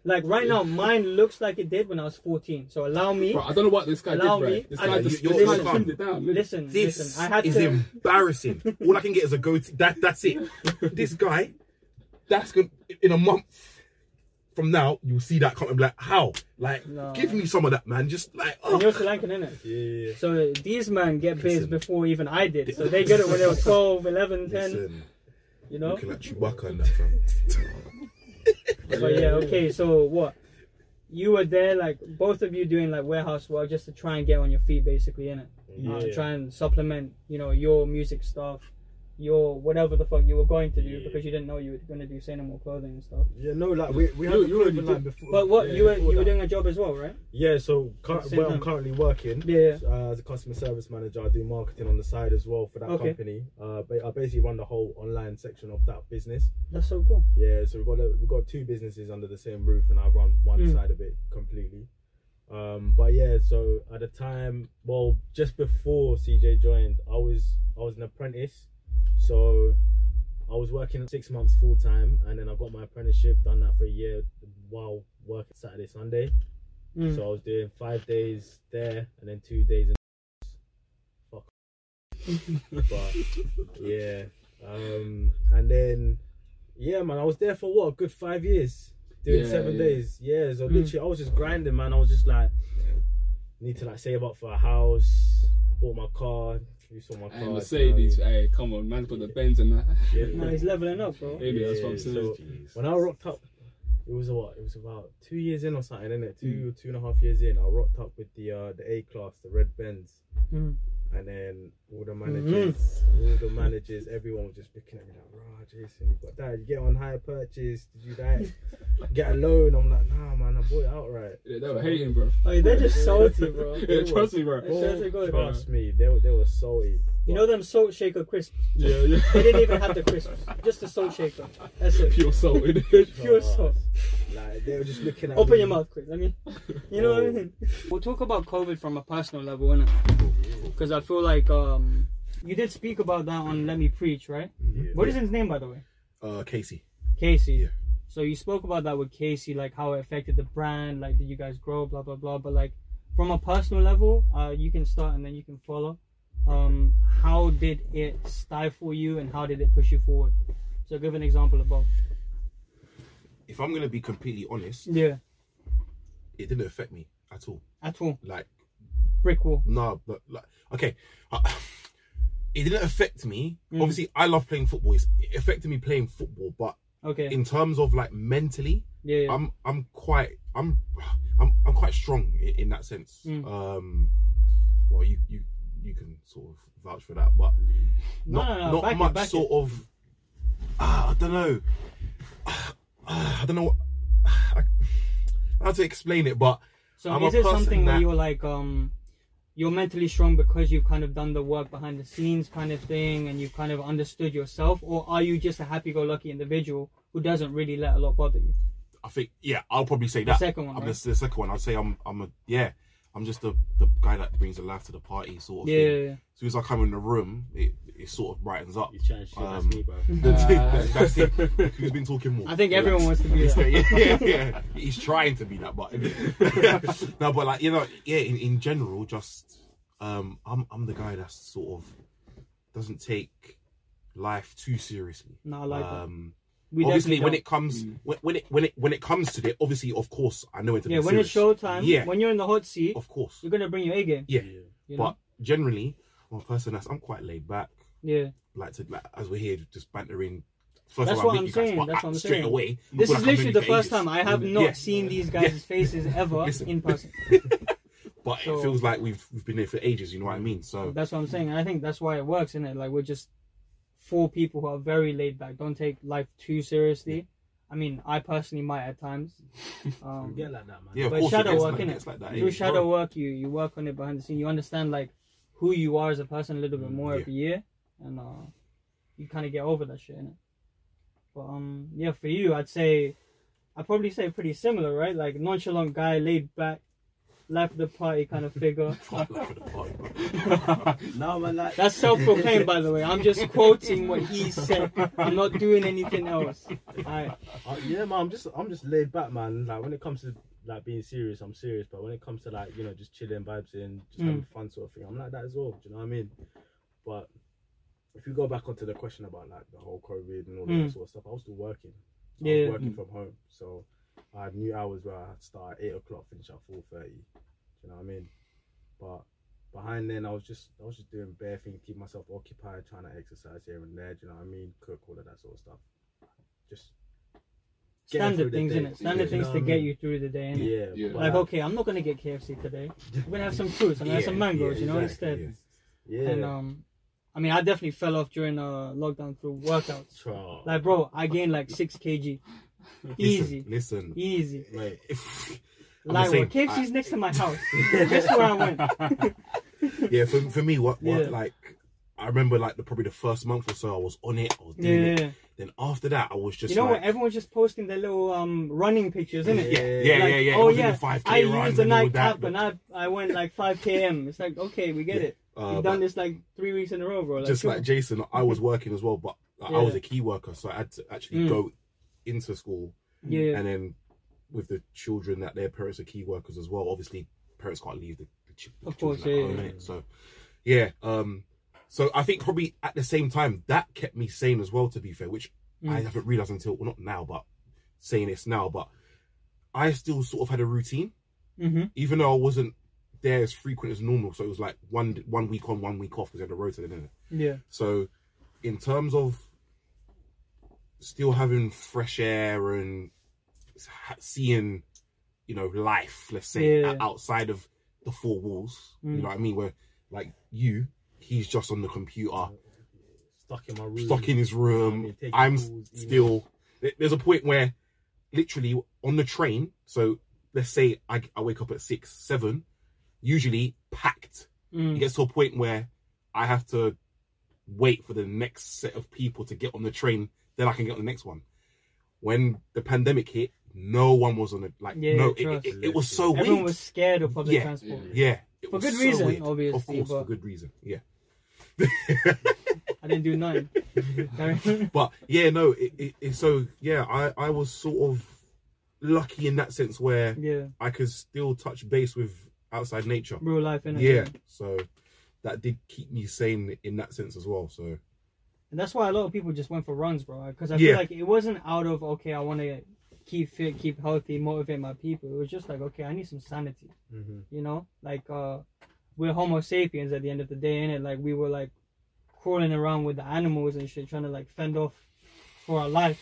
like right now, mine looks like it did when I was 14. So allow me.
Bro, I don't know what this guy
Allow
did, bro.
me.
This
I-
guy just
you-
this guy
you're so
just
calm.
trimmed it down. innit?
Listen,
this
listen. I had
is
to.
embarrassing. All I can get is a go to. That, that's it. This guy, that's going to, in a month from now, you'll see that comment and be like, how? Like,
No.
give me some of that, man. Just like, oh.
And you're Sri Lankan, innit?
Yeah, yeah, yeah.
So these men get beards
Listen.
before even I did. So they get it when they were 12, 11, 10.
Listen,
you know.
looking like Chewbacca and that, fam.
But yeah, okay. So what? You were there, like both of you doing like warehouse work just to try and get on your feet, basically, innit?
Yeah,
uh,
yeah.
try and supplement you know your music stuff your whatever the fuck you were going to do
Yeah.
because you didn't know you were going to do Sailor Moon clothing and stuff
Yeah, no, like we, we had
You-
the
you already
clothing line
did.
before.
but what
yeah,
you were
before
you were
that.
doing a job as well right
Yeah, so cur-
Same
where I'm
time.
currently working
Yeah,
uh, as a customer service manager, I do marketing on the side as well for that
Okay.
company. Uh, ba- I basically run the whole online section of that business.
that's so cool
Yeah, so we've got a, we've got two businesses under the same roof, and I run one
Mm.
side of it completely. Um, but yeah, so at the time, well, just before CJ joined, I was I was an apprentice, so I was working six months full time, and then I got my apprenticeship, done that for a year while working Saturday Sunday.
Mm.
So I was doing five days there and then two days in. Fuck. but yeah, um, and then yeah, man, I was there for what a good five years, doing
Yeah,
seven
yeah.
days. Yeah, so
Mm.
literally, I was just grinding, man. I was just like, need to like save up for a house, bought my car. You saw my car.
Hey,
do you know what I
Mercedes,
mean?
hey, come on, man's got the Benz and that.
Yeah.
no he's leveling up bro
Really, that's what I'm
Yeah,
saying.
so- When I rocked up, it was a what? It was about two years in or something, innit? it?
Mm.
Two two and a half years in, I rocked up with the uh, the A class, the red Benz,
Mm. Mm-hmm.
and then all the managers, all the managers, everyone was just looking at me like, "Rah, Jason, you got that? You get on higher purchase? Did you that? get a loan?" I'm like, "Nah, man, I bought it outright."
Yeah, they were hating, bro.
Like, they're just salty bro
Yeah, trust me, bro.
It's just a good-
Trust me, they were they were salty.
you know them salt shaker crisps
Yeah, yeah.
they didn't even have the crisps just the salt shaker that's it
pure salt. innit?
pure salt
Like they were just looking at
open
me.
your mouth quick let me you
Oh.
know what I mean we'll talk about COVID from a personal level innit because I feel like um you did speak about that on Let Me Preach right What is his name, by the way?
Uh, Casey.
Casey.
Yeah.
So you spoke about that with Casey, like how it affected the brand, like did you guys grow, blah blah blah. But like from a personal level, uh, you can start and then you can follow. Um, how did it stifle you and how did it push you forward? So give an example of both.
If I'm going to be completely honest,
Yeah.
it didn't affect me at all.
At all.
Like,
Brick wall.
No, but like, okay, Uh, it didn't affect me.
Mm.
Obviously, I love playing football. It's, it affected me playing football, but
Okay.
in terms of like mentally,
yeah. yeah.
I'm I'm quite I'm I'm I'm quite strong in, in that sense.
Mm.
Um, well, you you you can sort of vouch for that, but
No,
not
no, no,
not
back it,
much
back it.
sort of. ah, I don't know. Ah, I don't know. What, I, how to explain it, but
so
I'm a
is it
person
something where
that-
you're like, um you're mentally strong because you've kind of done the work behind the scenes kind of thing and you've kind of understood yourself or are you just a happy-go-lucky individual who doesn't really let a lot bother you
I think yeah, I'll probably say
The
that.
second one,
I'm
right?
the, the second one. I'd say I'm I'm a yeah. I'm just the, the guy that brings the life to the party sort of
yeah,
thing. As soon as I come in the room, it, it sort of brightens up.
He's trying to shit that's
Um,
me, bro.
The thing-
Uh,
that- that's it. Who's been talking more?
i think everyone wants to be
He's-
that.
yeah, yeah, yeah. He's trying to be that, but no, but like you know, yeah. In, in general, just um, I'm I'm the guy that's sort of doesn't take life too seriously.
no i like that
um,
we
obviously
definitely
when
don't.
it comes when, when it when it when it comes to it, obviously of course I know it's
yeah when it's showtime
Yeah,
when you're in the hot seat
of course.
you're gonna bring your a game
Yeah,
you
but
know?
generally I'm a person that's I'm quite laid back.
yeah
Like to like, as we're here just bantering. First
That's
time I
what
meet
I'm
you
saying,
Guys, but
that's what I'm
straight
saying.
away. I
this is
feel like I've known
literally
you
the
for
first
ages.
time i have not
Yeah.
seen these guys' faces ever
Listen.
in person
But
So-
it feels like we've we've been here for ages. You know what I mean? So
That's what I'm saying. And I think that's why it works, isn't it? Like we're just four people who are very laid back, don't take life too seriously. I mean, I personally might at times. Um,
Get like that, man.
yeah, of
But
course
shadow
it gets
work,
like,
innit?
gets like that.
you do
eh?
shadow work, you you work on it behind the scene. You understand like who you are as a person a little bit more
Mm, yeah.
every year, and uh, you kind of get over that shit. Innit? But um, yeah, for you, I'd say I'd probably say pretty similar, right? Like nonchalant guy, laid back, life of the party kind of figure.
Fuck, life of the party, bro.
No, man, like
That's self-proclaimed, by the way. I'm just quoting what he said. I'm not doing anything else. I,
Uh, yeah, man. I'm just, I'm just laid back, man. Like when it comes to like being serious, I'm serious. But when it comes to like you know just chilling, vibes and just
Mm.
having fun sort of thing, I'm like that as well. Do you know what I mean? But if you go back onto the question about like the whole COVID and all
Mm.
that sort of stuff, I was still working. I
Yeah. Mm.
was working from home, so I had new hours where I had to start at eight o'clock, finish at four thirty. Do you know what I mean? But behind then, I was just, I was just doing bare things, keep myself occupied, trying to exercise here and there. Do you know what I mean? Cook all of that sort of stuff. Just getting through
standard
the
things,
day.
in it. Standard
Yeah.
things
You know
to
what I
get
mean?
you through the day, innit?
Yeah,
Yeah.
but
Like, okay, I'm not gonna get KFC today. I'm gonna have some fruits. I'm gonna have some
Yeah,
mangoes,
yeah,
you know,
exactly,
instead.
yeah.
And um, I mean, I definitely fell off during uh lockdown through workouts.
Tra-
Like, bro, I gained like six kg, easy,
Listen, listen.
easy.
Wait,
If- I'm the
Like, well,
same.
KFC's next to my house. That's where I went.
yeah, for, for me, what what
Yeah.
like I remember like the probably the first month or so I was on it, I was
Yeah,
doing
yeah.
it.
yeah.
Then after that, I was just
You know
like,
what? Everyone's just posting their little um running pictures, isn't it?
yeah, yeah,
Like,
yeah, yeah.
Oh
I was in
yeah,
the 5K
I
run
used the
and all
Nike
that,
app and I I went like 5 km. It's like okay, we get
Yeah.
it.
uh,
You've
but
done this like three weeks in a row, bro. Like,
just
come
like
on.
Jason, I was working as well, but like, I was
Yeah.
a key worker, so I had to actually
Mm.
go into school
yeah,
and then with the children that their parents are key workers as well. Obviously, parents can't leave the, the, ch- the
Of
children
course, yeah,
at home,
yeah.
innit? So, yeah. Um, so I think probably at the same time that kept me sane as well. To be fair, which I
Mm.
haven't realized until well, not now, but saying this now, but I still sort of had a routine,
mm-hmm.
even though I wasn't there as frequent as normal. So it was like one one week on, one week off because I had a rota. Didn't I?
yeah,
So, in terms of still having fresh air and ha- seeing, you know, life, let's say,
Yeah.
o- outside of the four walls,
Mm.
you know what I mean? Where, like, you, he's just on the
Ah.
computer,
stuck in my room.
stuck in his
I mean,
room.
taking
I'm
calls, emails.
still. there- There's a point where, literally, on the train, so let's say I, I wake up at six, seven, usually packed it
mm.
gets to a point where I have to wait for the next set of people to get on the train, then I can get on the next one. When the pandemic hit, no one was on it. Like
Yeah,
no, it,
trust.
it, it was so
everyone
weird.
was scared of public
Yeah.
transport.
yeah,
For
it was
good
so
reason,
weird.
obviously,
Of course,
but-
for good reason. Yeah,
I didn't do nothing. Sorry.
but yeah, no, it, it, it, so yeah, I I was sort of lucky in that sense where
yeah,
I could still touch base with outside nature.
real life, innit?
Yeah, so that did keep me sane in that sense as well. So
And that's why a lot of people just went for runs, bro. Because I feel
Yeah.
like it wasn't out of okay, I want to keep fit, keep healthy, motivate my people. It was just like okay, I need some sanity.
Mm-hmm.
Mhm.
you know like uh we're homo sapiens at the end of the day innit? like we were like crawling around with the animals and shit trying to like fend off for our life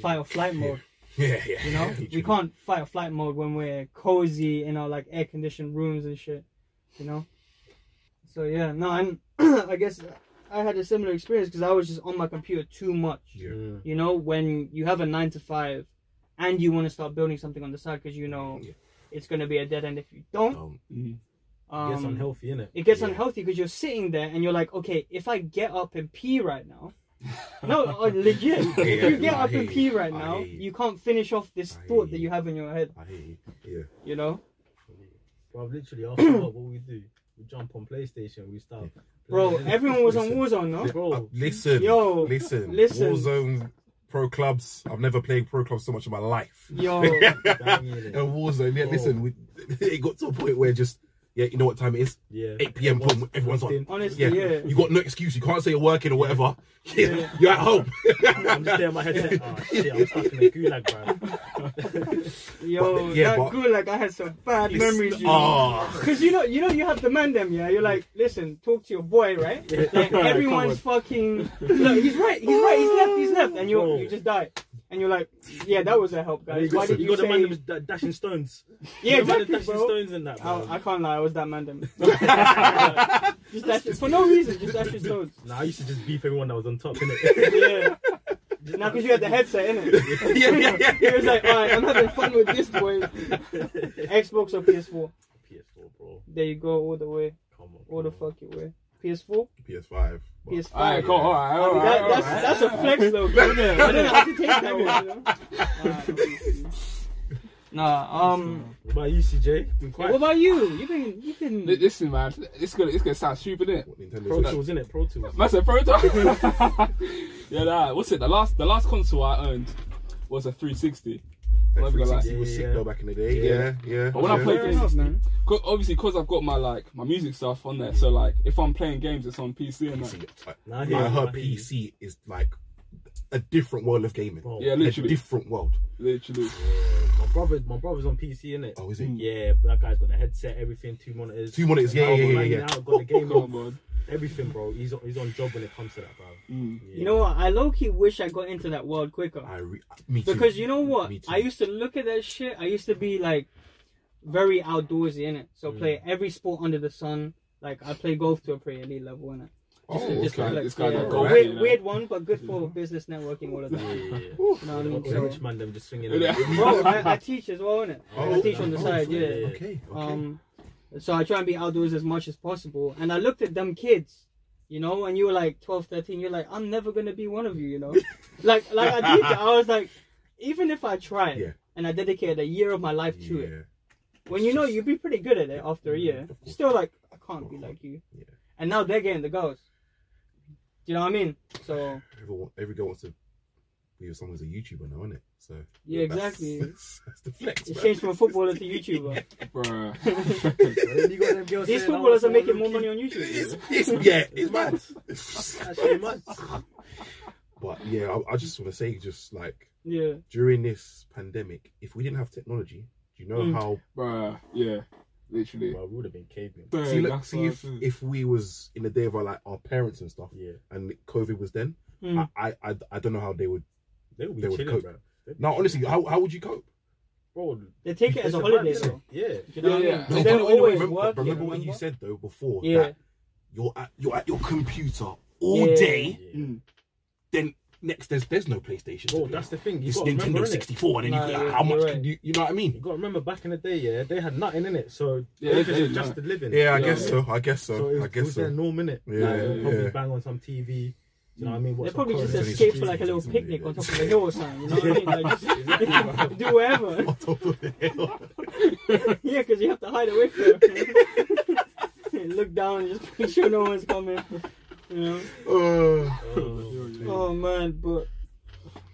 fight or flight mode
yeah, yeah,
you know we can't fight or flight mode when we're cozy in our like air conditioned rooms and shit you know so yeah no and i guess i had a similar experience because i was just on my computer too much
Yeah.
Mm.
you know when you have a nine to five and you want to start building something on the side because you know
Yeah.
it's going to be a dead end if you don't
Um,
It gets
um,
unhealthy, innit?
it gets
Yeah.
unhealthy because you're sitting there and you're like, okay, if I get up and pee right now, no, uh, legit, if you
Yeah,
get
I
up
hear
and
you.
pee right
I
now,
hear you.
you can't finish off this
I
thought
hear
that
you.
you have in your head,
I hear you. Yeah.
you know?
Bro, literally after what, what we do, we jump on PlayStation, we start.
Bro,
playing.
everyone was on
Listen.
Warzone, no?
Bro.
Uh, listen.
Yo,
Listen.
listen.
Warzone, pro clubs. I've never played pro clubs so much in my life.
Yo,
Bang,
And
innit?
Warzone. Yeah,
Oh.
listen. We, it got to a point where just yeah, you know what time it is?
yeah.
8 p.m. Boom, everyone's on.
honestly,
Yeah.
yeah.
You got no excuse. You can't say you're working or whatever. You're at home.
I'm just there in my headset. Oh, shit, I'm stuck in a gulag, bro.
Yo,
But- yeah,
that
but-
good, like, I had some bad memories, you know?
Ah.
Cause you know, you know, you have the man them, yeah. You're like, listen, talk to your boy, right? Like,
Right,
everyone's fucking. Look, he's right, he's right, he's left, he's left, and you
Bro.
you just die, and you're like, yeah, that was a help, guys. Why did
You
you
got the man that
say?
was da- dashing stones.
Yeah,
You got the man
exactly,
that's dashing
bro.
stones in that, bro.
I, I can't lie, I was that man them. just dash it- for no reason, just dash your stones.
Nah, I used to just beef everyone that was on top, innit?
Yeah. Now, cause you had the headset in it.
yeah, yeah, yeah,
He was like, alright, I'm having fun with this boy. Xbox or PS4?
PS4, bro.
There you go, all the way,
Come on.
all the
come on.
fucking way. PS4,
PS5. but-
PS5.
Alright, cool. Alright, alright.
That,
alright.
that's, that's a flex though. bro. I don't know how to take that one. You know? nah, um,
What about you, CJ? Been
what
quiet.
about you? You've been, you've
Li-
been.
Listen, man, it's gonna it's gonna sound stupid, innit?
What Nintendo
Pro
Switch?
Tools, innit? Pro Tools.
That's a prototype. yeah, nah. What's it? The last the last console I owned was a 360.
That
Not gonna lie.
360 was sick
Yeah.
though back in the day. Yeah,
Yeah.
yeah.
But when I
yeah.
played
Fair enough, man.
'Cause- obviously, because I've got my like my music stuff on there, so like if I'm playing games, it's on PC and that.
PC, like,
Nah, I hear
like,
you,
her
I hear you.
PC is like a different world of gaming.
Bro,
Yeah,
A
literally,
different world.
literally.
My brother, my brother's on PC, innit?
Oh, is it?
Yeah, but that guy's got a headset, everything, two monitors.
Two monitors, yeah,
Oh,
yeah, yeah,
man,
yeah.
now I've got the game
Come
on,
on, man.
everything, bro. He's on, he's on job when it comes to that, bro.
Mm.
Yeah.
You know what? I low key wish I got into that world quicker.
I re- me too.
Because you know what?
Me too.
I used to look at that shit. I used to be like very outdoorsy in it.
Mm.
So play every sport under the sun. Like I play golf to a pretty elite level in it.
Oh,
This
okay.
guy, this guy
yeah.
got
golf,
weird,
you know?
weird one, but good for business networking. All of that.
Yeah, yeah, yeah.
Ooh.
You know what I
I've
mean?
got the
So,
rich man, them just swinging.
Yeah.
around.
bro, I, I teach as well in it. I
Oh,
teach on the
oh,
side.
sorry.
Yeah.
yeah.
Okay. Okay.
Um, so I try and be outdoors as much as possible. And I looked at them kids, you know, and you were like 12, 13, you're like, I'm never going to be one of you, you know? like, like I did, I was like, even if I tried
Yeah.
and I dedicated a year of my life to it,
yeah.
when you know you'd be pretty good at it after a year,
Of course.
you're still like, I can't be like you.
Yeah.
And now they're getting the girls. Do you know what I mean? So,
Everyone, every girl wants to be with someone who's a YouTuber now, isn't it? So
Yeah, exactly.
That's, that's the flex.
it's
man.
changed from a footballer to YouTuber.
Bruh.
You got them girls
These
saying, oh,
footballers are
so
making
look-
more money on YouTube.
It's, it's, yeah, it's mad.
Actually, man.
but yeah, I, I just want to say, just like
Yeah.
during this pandemic, if we didn't have technology, do you know
Mm.
how?
Bruh, yeah, literally.
Bro, we would have been cavemen.
Bruh,
see, look,
Mm, that's
see
what I
if,
think.
if we was in the day of our like our parents and stuff,
Yeah,
and COVID was then,
Mm.
I, I, I I don't know how they would.
they would be
They would
chilling,
cope.
bro. They'd be
No,
chilling.
honestly, how, how would you cope?
bro,
They take it
it's
as a
vibe,
holiday,
innit?
though.
Yeah,
Do you know what I
Yeah,
mean?
yeah.
Because They're
but
always
remember,
working.
but remember what you
remember?
said though before
Yeah.
that you're at you're at your computer all
Yeah.
day.
yeah.
Mm.
then next there's there's no PlayStation.
Oh,
bro,
to play.
that's the thing. You
it's
gotta remember,
Nintendo
innit?
64, and then you,
Nah, yeah,
how much
you're
can
right.
you, you know what I
You
mean?
gotta remember back in the day, yeah, they had nothing in it, so
Yeah,
they
they
just
did,
adjusted living.
Yeah, I
Yeah.
guess so. I guess
So
so.
it was,
I guess
was their
so.
norm, innit?
Yeah,
like, they'd probably
yeah.
bang on some TV. You know what I mean?
They
Watch some
probably just
Korean
correlates.
escaped for
movies.
like a little
Exactly.
picnic on top of a hill or something. You know what I mean? Like just
Exactly,
do whatever.
On top of the hill.
Yeah, because you have to hide away from it. Look down and just make sure no one's coming. You know? Oh man, but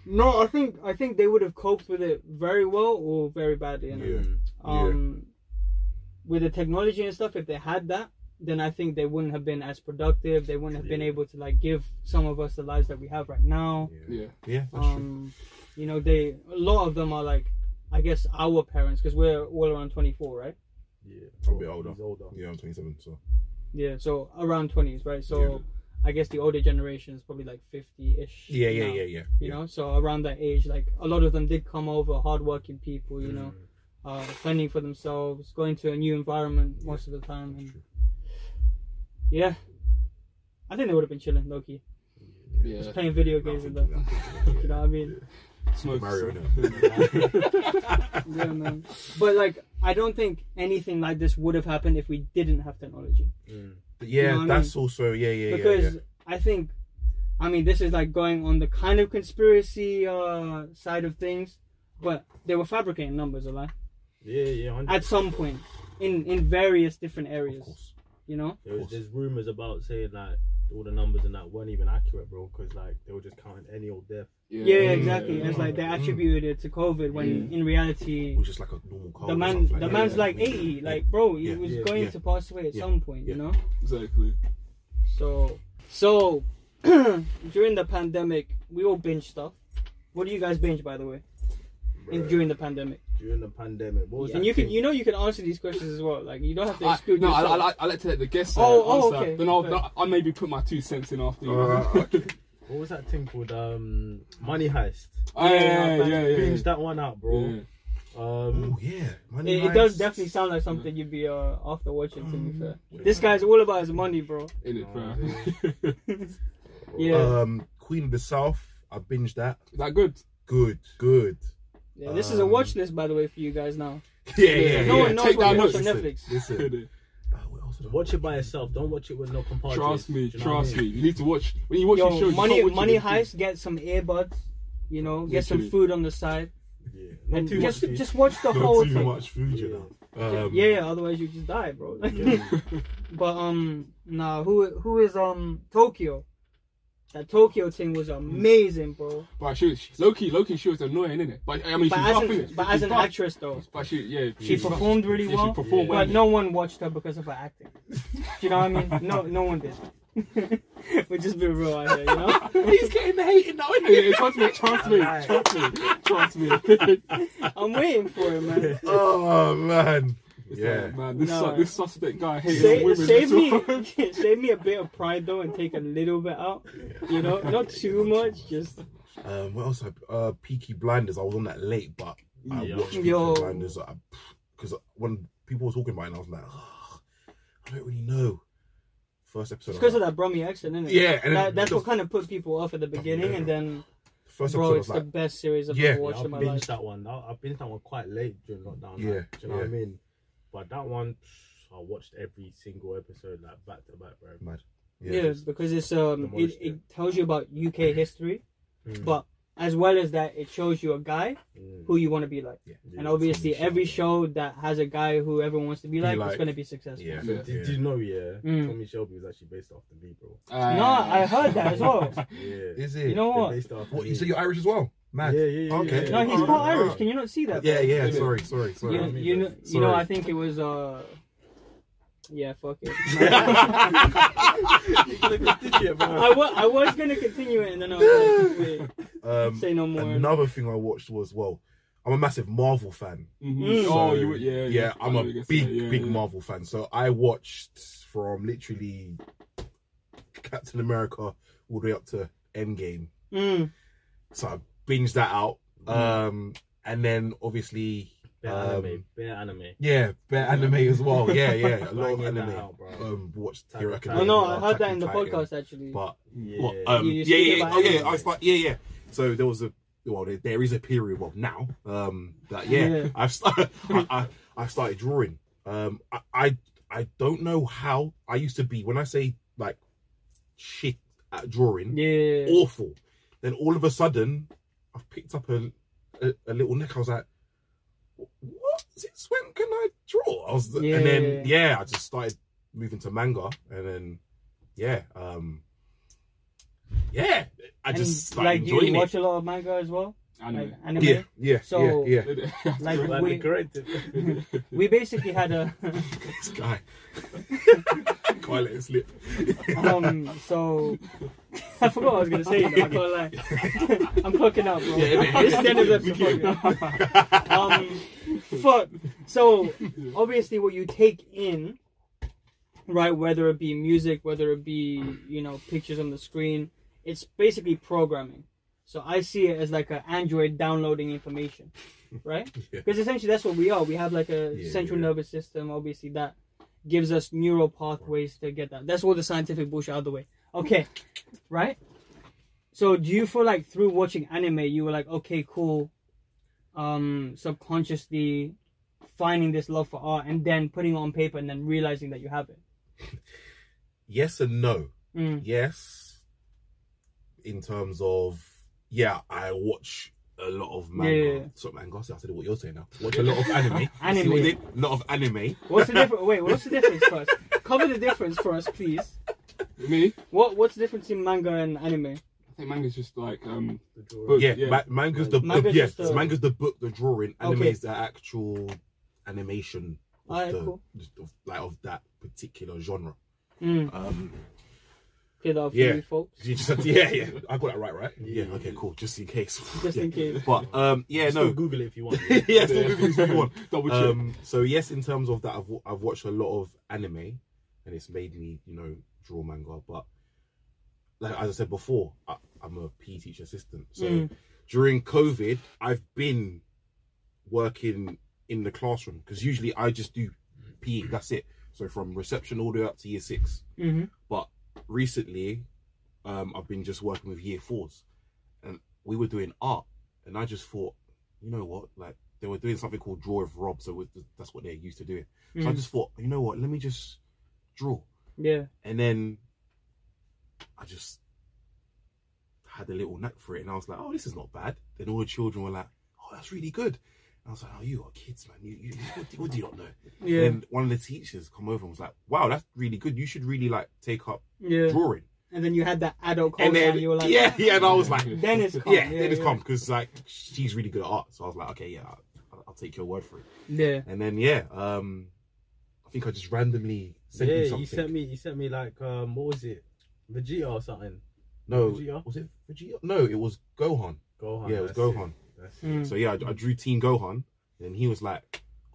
no, I think I think they would have coped with it very well or very badly. You know?
Yeah.
um, with the technology and stuff, if they had that, then I think they wouldn't have been as productive. They wouldn't have been
Yeah.
able to like give some of us the lives that we have right now.
Yeah.
Yeah, that's true.
Um, you know, they a lot of them are like, I guess our parents because we're all around 24, right?
Yeah,
I'll be
bro,
older.
he's older.
Yeah, I'm 27, so
Yeah, so around 20s, right? So
Yeah.
I guess the older generation is probably like 50-ish.
yeah, yeah,
now,
yeah, yeah.
You
yeah.
know, so around that age, like a lot of them did come over, hardworking people, you know,
Mm.
uh, fending for themselves, going to a new environment most of the time, and
That's true.
Yeah. I think they would have been chilling, Loki.
Yeah.
Just playing video
Now I'm
games with
thinking
them.
that.
You know what I mean?
Smoke.
Mario now.
Yeah, man. But like, I don't think anything like this would have happened if we didn't have technology.
Mm.
yeah,
know what I
that's also yeah, yeah, yeah,
because
yeah.
I think, I mean, this is like going on the kind of conspiracy uh, side of things, but they were fabricating numbers a lot
Yeah, yeah. 100%.
at some point in in various different
Of
areas.
course.
You know,
There was,
course.
there's rumors about saying like all the numbers and that weren't even accurate, bro, because like they were just counting any old death.
yeah, exactly. It's like they
Mm.
attributed it to COVID when in reality.
It was just like a normal car.
The
or
man,
something
the
that.
man's
Yeah,
like
yeah,
eighty,
yeah.
like bro, he
Yeah,
was
yeah,
going
yeah.
to pass away at
Yeah,
some point,
yeah.
you know.
Exactly.
So, so during the pandemic, we all binge stuff. What do you guys binge, by the way, in,
bruh,
during the pandemic?
during the pandemic. What was
And
that
you can,
thing?
you know, you can answer these questions as well. Like you don't have to
I,
exclude
no, I,
yourself.
I, like- I like to let the guests uh,
Oh, oh,
answer.
okay.
Then I'll,
Fair.
I'll maybe put my two cents in after you.
Uh, okay.
what was that thing called? Um, Money Heist.
Oh, yeah, yeah,
Like,
yeah, yeah,
Binge
yeah.
that one out, bro.
Yeah.
Um,
Oh yeah, money
it, it does
heist.
definitely sound like something you'd be uh, after watching. To be fair,
Mm.
this guy's all about his money, bro.
In it,
Oh,
bro.
Yeah,
Um, Queen of the South. I binged that.
Is that good?
Good, good.
yeah. This is a
um,
watch list, by the way, for you guys now.
Yeah, yeah.
No
yeah.
one knows
Take
what
down
you watch
notes.
on
Listen,
Netflix.
Listen.
Good.
Uh, what else did I
watch it by yourself. Don't watch it with no compadres.
Trust me,
do you know what I
trust
mean?
me. You need to watch when you watch your show.
Yo,
you
money,
can't watch it
money
with-
heist. Get some earbuds. You know, get some
Literally.
food on the side,
Yeah. Not
and
too
just
much.
just watch the whole
Not too
thing.
much food, you know. Um,
yeah, yeah, otherwise you just die, bro. but um, nah, who who is um Tokyo? That Tokyo thing was amazing, bro.
But she was Loki. Loki. She was annoying, innit? But I mean,
But
she's
as
rough,
an
innit?
but
She's
as an
rough.
actress though,
But she, yeah,
she
she's rough.
performed really
Yeah,
well.
She performed
But
well.
no one watched her because of her acting. Do you know what I mean? No, no one did. We're just being real out here, you know.
He's getting the hating now. Yeah, yeah, trust me, trust me,
Alright.
trust me, trust me.
I'm waiting for it, man.
Oh man.
It's
Yeah.
like, man, this,
No.
su- this suspect guy hating on
Save,
women.
save
as
me,
well.
save me a bit of pride though, and take a little bit out. You know, not too much, just
Um, what else? I, uh, Peaky Blinders. I was on that late, but I
Yeah.
watched Peaky
Yo.
Blinders uh, because when people were talking about it, I was like, "Ugh, I don't really know. First episode.
It's
I was
because of that Brummy accent, isn't it?
Yeah, and
That,
then
that's
the-
what kind of put people off at the beginning, and then,
like- first
bro,
episode. I
it's
was
the
like,
best series I've
Yeah.
ever
Yeah,
watched
I
in my
binged
life.
that one. I, I binged that one quite late during lockdown.
Yeah,
like, do you know what I
yeah.
mean? But that one, I watched every single episode like back to back, bro.
mad.
Yeah, because it's um, it,
Demolished
it tells you about UK history,
Mm.
but as well as that, it shows you a guy
Mm.
who you want to be like.
Yeah.
And obviously,
it's a
every
show,
show that has a guy who everyone wants to be like, is
like-
going to be successful.
Yeah.
Yeah.
Did, did you know, yeah?
Mm.
Tommy Shelby was actually based after me, bro.
Uh,
No, I heard that as well.
Yeah.
Is it?
You know
They
what?
based after
what?
me.
You say you're Irish as well?
yeah,
Mad.
yeah, yeah, yeah.
Okay.
No, he's
Oh,
part
oh,
Irish.
oh.
Can you not see that?
Yeah, yeah.
Yeah.
Sorry, sorry, sorry.
You, you, know, you know,
Sorry.
I think it was uh, yeah, fuck it.
Mm-hmm.
I wa- I was gonna continue it, and then I was like, wait.
um,
Say no more.
Another thing I watched was well, I'm a massive Marvel fan.
mhm.
So,
Oh, you, would- yeah, yeah. I
I'm
know
a
what you're
big,
saying, yeah,
big
yeah.
Marvel fan. So I watched from literally Captain America all the way up to Endgame.
Mm.
So I binged that out. Um, and then obviously,
Bare
Um,
anime. Bare anime.
yeah, bear anime as well. Yeah, yeah, a lot of
Banging that
anime.
out, bro.
Um, watched
Attack
Hero
on
Academia.
Oh no, I
Attack
heard that
on
in the
Titan,
podcast actually.
But
yeah.
What, um,
You- you
yeah,
speak
yeah,
about
oh, yeah,
anime.
I was like, yeah, yeah. So there was a, well, there, there is a period, well, now, um, that, yeah,
Yeah.
I've started, I, I, I've started drawing. Um, I, I, I don't know how I used to be, when I say, like, shit at drawing,
yeah,
awful. Then all of a sudden, I've picked up a, a, a little nick. I was like, what? Since when can I draw? I was,
Yeah.
and then, yeah, I just started moving to manga and then, yeah, um, yeah, I
And,
just started
like you
enjoying
watch
it. Mm.
a lot of manga as well, like
Anime.
anime.
Yeah, yeah,
So-
yeah, yeah.
Like
Like
we,
the correct-
we basically had a
This guy. Can't let it slip.
um. So I forgot what I was gonna say. Now, I can't lie. I'm clocking out, bro.
Yeah, yeah.
this is the end of the episode. fuck it. um, fuck. So obviously, what you take in, right? Whether it be music, whether it be you know pictures on the screen, it's basically programming. So I see it as like an Android downloading information, right?
Yeah.
Because essentially that's what we are. We have like a
Yeah,
central
yeah.
nervous system. Obviously that gives us neural pathways to get that. That's all the scientific bullshit out of the way. Okay, right? So do you feel like through watching anime you were like, okay, cool, um, subconsciously finding this love for art and then putting it on paper and then realizing that you have it?
Yes and no.
Mm.
Yes, in terms of yeah, I watch a lot of manga.
Yeah, yeah, yeah.
So manga. so I said what you're saying now. Watch a lot of anime.
Anime.
See what they- lot of anime.
What's the difference? Wait, what's the difference first? Cover the difference for us, please.
Me,
What What's the difference in manga and anime?
I think manga's just like um,
The drawing.
But-
yeah,
Yeah.
ma- manga's the
Manga's
book. Yeah,
just a-
manga's the book, the drawing. Anime
Okay.
is the actual animation of
Alright,
the
cool.
of, like of that particular genre.
Mm.
Um,
Kid of
Yeah.
you folks.
you just have to- yeah, yeah. I got that right, right? Yeah. Okay. Cool. Just in case.
Just
Yeah.
in case.
But um, yeah,
Still
no.
Google it if you want.
yeah, still Google if you want.
double check.
Um, so yes, in terms of that, I've, wa- I've watched a lot of anime, and it's made me, you know, draw manga. But like as I said before, I, I'm a PE teacher assistant. So
Mm.
during COVID, I've been working in the classroom because usually I just do PE. That's it. So from reception all the way up to year six.
hmm
But recently, um, I've been just working with year fours, and we were doing art, and I just thought, you know what, like they were doing something called draw with Rob, so with that's what they're used to doing. So I
Mm.
just thought, you know what, let me just draw,
Yeah.
and then I just had a little knack for it, and I was like, oh, this is not bad. Then all the children were like, oh, that's really good. And I was like, oh, you are kids, man. You, you what, do- what do you not know?
Yeah.
And then one of the teachers come over and was like, wow, that's really good. You should really like take up
Yeah.
drawing.
And then you had that adult culture
And
and,
then,
you were like,
yeah, yeah, and I was like, yeah,
Then it's calm.
yeah, then it's calm because like she's really good at art, so I was like, okay, yeah, I'll, I'll take your word for it.
Yeah.
And then yeah, um, I think I just randomly sent you
yeah,
something.
you sent me. You sent me like um, what was it, Vegeta or something?
no,
Vegeta?
was it Vegeta? No, it was Gohan.
Oh,
Gohan.
yeah, it was
that's
Gohan.
That's it.
Mm.
So yeah, I, I drew Team Gohan, and he was like,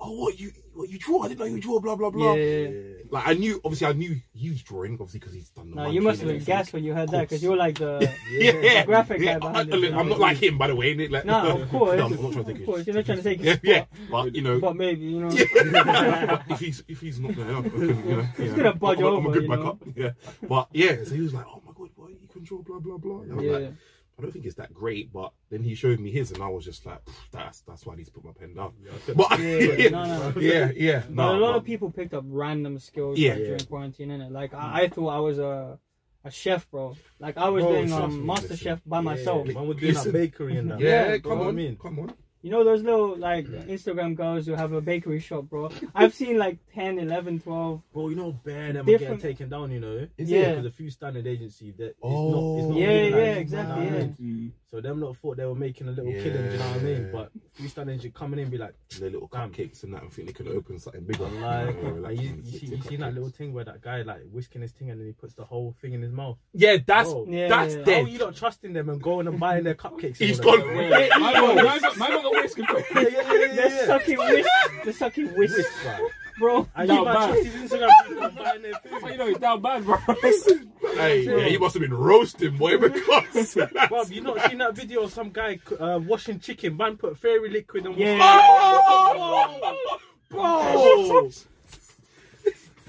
oh, what you what you draw? I didn't know you draw. Blah blah blah.
Yeah, yeah, yeah.
Yeah.
Like I knew, obviously, I knew he was drawing, obviously, because he's done the.
No,
monkey
you must have
and
been
everything.
gassed when you heard that because
course.
you were like uh, the.
Yeah, yeah.
The graphic guy
yeah,
behind
I,
it.
am not like him, by the way. innit? Like,
No, of course.
No, I'm not trying to take
Of course,
it.
you're not trying to take
yeah,
his
yeah,
spot.
but you know,
But maybe you know.
Yeah. if he's if he's not there, I can, you know,
He's
yeah.
gonna budge
I'm, a- I'm
over,
a good
you know.
backup. Yeah, but yeah, so he was like, "Oh my god, why you control blah blah blah." And I was
Yeah.
like, "I don't think it's that great," but then he showed me his, and I was just like, "Pff, "That's that's why I need to put my pen down."
Yeah, I said-
But
Yeah,
yeah,
no, no.
yeah, yeah,
But
no,
a lot
but-
of people picked up random skills
Yeah.
like,
Yeah.
during quarantine, innit? Like I, I thought I was a a chef, bro. Like I was
Bro,
doing
trust
um,
me,
Master
listen.
Chef by
Yeah,
myself.
Man, we're doing that
Listen.
bakery and that.
yeah,
Yeah,
come
bro.
on,
I mean-
come on.
You know those little like Instagram girls who have a bakery shop, bro. I've seen like 10, 11, 12.
Bro, you know, bare them are
Different-
getting taken down, you know?
Is it? Yeah.
Because a few standard agency that it's
Oh.
not, it's not
Yeah,
organised,
yeah,
you know
exactly,
what
yeah.
I mean?
Mm.
So them lot thought they were making a little
Yeah.
killing, do you know what I mean? But few standard agency coming in be like,
The little
Damn.
cupcakes and that, and think they could open something bigger.
like,
You know,
like, you, you, see,
stick to
you seen that
cupcakes.
little thing where that guy like whisking his thing and then he puts the whole thing in his mouth.
Yeah, that's
Bro,
Yeah,
that's
yeah. Oh,
how are
dead.
you not trusting them and going and buying their cupcakes? and
He's
all that?
gone.
Yeah,
Wait, my mum- my mum- my mum always complains.
yeah, yeah, yeah,
The
yeah, yeah.
sucky whisk, the sucky whisk,
Whisk, bro.
bro.
And
No,
you might
man.
trust his Instagram people and buying their
That's how
food.
you know it's down bad, bro.
Hey, yeah, you must have been roasting, boy, because.
Bro, you not seen that video of some guy uh, washing chicken? Man put fairy liquid and
Yeah.
Oh!
Bro!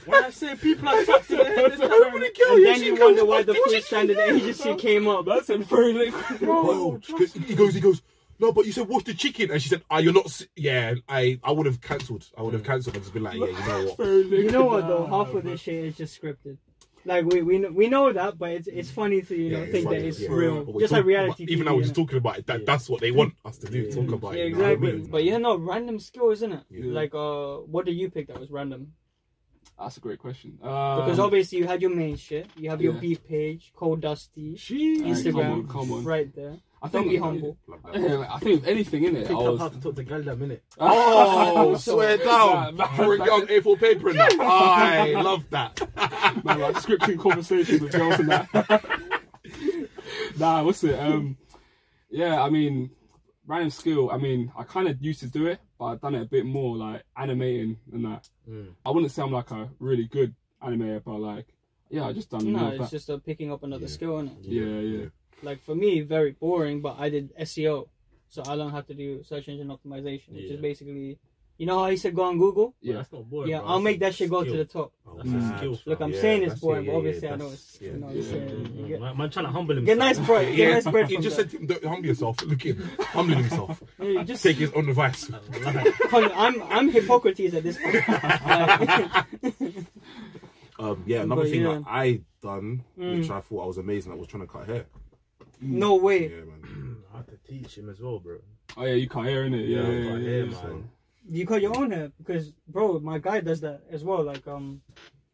when I say people are trapped in the head, they're trapped in the
kill
And then you wonder why the free standard agency came up.
That's a very liquid.
Bro, he goes, he goes. No, but you said wash the chicken, and she said, "Ah, you're not." s- Yeah, I, I would have cancelled. I would have cancelled. I'd just been like, "Yeah, you know what?
Very liquid.
You know what though? Half of this shit is just scripted. Like we we know, we know that, but it's it's funny to you
Yeah,
know think
funny,
that it's
yeah.
real,
But we're
just like
talking
reality.
about- even
TV,
though we're
innit?
just talking about it, that,
Yeah.
that's what they want us to do. Talk about
Yeah,
it. you know what I
exactly.
mean?
But yeah, no, random skills, isn't it?
Yeah.
Like, uh, what did you pick that was random?
That's a great question.
Because
Um,
obviously you had your main shit, you have your
yeah.
B page, Cold Dusty,
Alright,
Instagram,
come on, come on.
right there.
Um, I
Don't
think
be humble.
Like that.
Yeah, like, I think if anything in it, I
Picked up how
was.
to talk to girl that minute.
Oh, swear
Nah,
down!
nah,
Pour it
like-
down A4 paper and that. I love that.
Man, like scripting conversations with girls and that. nah, what's it? Um, yeah, I mean, random skill. I mean, I kind of used to do it, but I've done it a bit more, like animating and that.
Mm.
I wouldn't say I'm like a really good animator, but like, yeah, I just done more
No,
of that.
it's just uh, picking up another
Yeah.
skill on it.
Yeah, yeah.
Like for me, very E boring, but I did SEO, so I learned how to do search engine optimization, which
Yeah.
is basically You know how he said go on Google?
Yeah,
Yeah.
that's not boring.
yeah,
bro.
I'll
That's
make that shit go to
skill.
the top.
Oh,
That's a
mad.
skill.
Mm. Look, I'm
Yeah,
saying
that's
this,
it,
boy, but
yeah,
obviously
yeah,
I know
that's-
it's.
yeah.
You know,
Yeah,
it's
yeah,
uh,
Mm,
yeah.
you get-
Man, man trying to humble himself.
Get nice bread. Get nice bread.
he
from
just
that.
said to him, "Don't humble yourself. Look him, humbling himself.
Yeah, just
Take his own advice."
Colin, I'm I'm Hippocrates at this point. Like,
Um, yeah, another
But
thing
yeah.
that I done, which
Mm.
I thought I was amazing at, was trying to cut hair.
no
Yeah,
way.
man.
I had to teach him as well, bro.
Oh yeah, you can't hear in it.
Yeah,
Yeah,
I
yeah,
can't
yeah,
hear,
yeah.
man.
You cut your own hair because, bro, my guy does that as well. Like, um,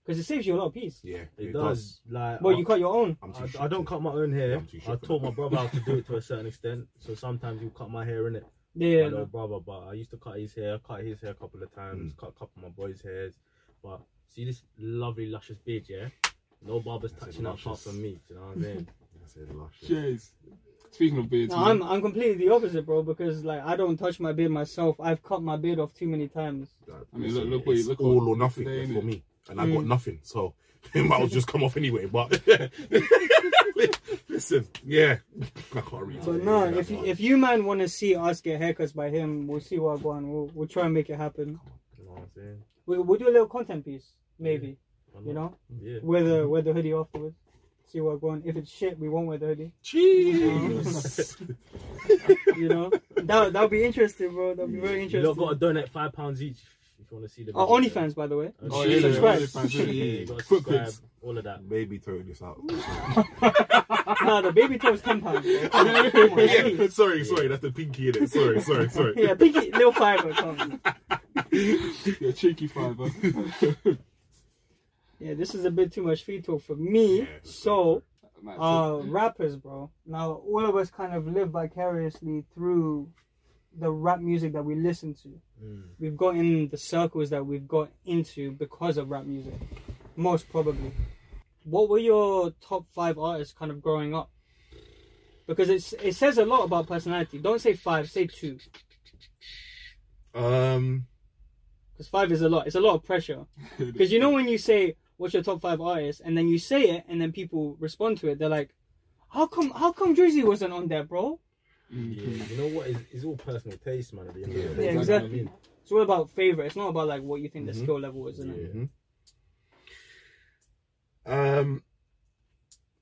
because it saves you a lot of peace.
Yeah,
It, does. Like,
Well,
I-
you cut your own.
I'm too
I,
shit
I
to-
don't cut my own hair.
Yeah, I'm too
I
short for
taught
that.
my brother how to do it to a certain extent. So sometimes you cut my hair in it.
Yeah,
my
no.
little brother, but I used to cut his hair. I cut his hair a couple of times. Cut a couple of my boys' hairs. But see this lovely luscious beard, yeah. No barber's
That's
touching that apart
luscious.
from me. Do you know what I'm saying?
I said lush.
Jeez. Speaking of beards,
No,
man,
I'm I'm completely the opposite, bro. Because like I don't touch my beard myself. I've cut my beard off too many times.
That-
I mean,
listen,
look- look what you-
it's
look
all
what-
or nothing
today,
for
innit?
me, and I got
Mm.
nothing, so it might as well just come off anyway. But listen, yeah, I can't read.
But no, if you, if you man want to see us get haircuts by him, we'll see what going. We'll we'll try and make it happen.
You know what I'm saying?
We we'll do a little content piece, maybe.
Why
You
not?
know,
Yeah.
wear the wear the hoodie afterwards. See what going. If it's shit, we won't wear the hoodie.
Jesus,
You know, that that'll be interesting, bro. That'll be very
You lot
interesting.
got to donate five pounds each if you want to see the.
Our
video.
OnlyFans, by the way.
Uh,
Oh,
yeah,
yeah,
Subscribe.
OnlyFans,
yeah,
yeah.
you gotta
Quick
subscribe,
quiz.
All of that.
maybe throw this out.
Ah, nah, the baby toe is ten pounds. bro. Come on, come on, at
yeah,
least.
sorry, sorry, that's the pinky in it. Sorry, sorry, sorry.
Yeah, pinky little fiver. Come on.
yeah, cheeky fiver.
Yeah, this is a bit too much feed talk for me.
Yeah, that's
so,
Mad talk.
uh, rappers, bro. Now, all of us kind of live vicariously through the rap music that we listen to. We've got in the circles that we've got into because of rap music, most probably. What were your top five artists kind of growing up? Because it's it says a lot about personality. Don't say five, say two.
Um,
Because five is a lot. It's a lot of pressure. Because you know when you say what's your top five artists, and then you say it, and then people respond to it. They're like, "How come? How come Drizzy wasn't on there, bro?"
Mm.
Yeah, you know what? It's, it's all personal taste, man. At the end of the
Yeah,
day.
Yeah, exactly. It's all about favorite. It's not about like what you think the skill level is.
You know
Isn't
what I
it?
mean?
Um,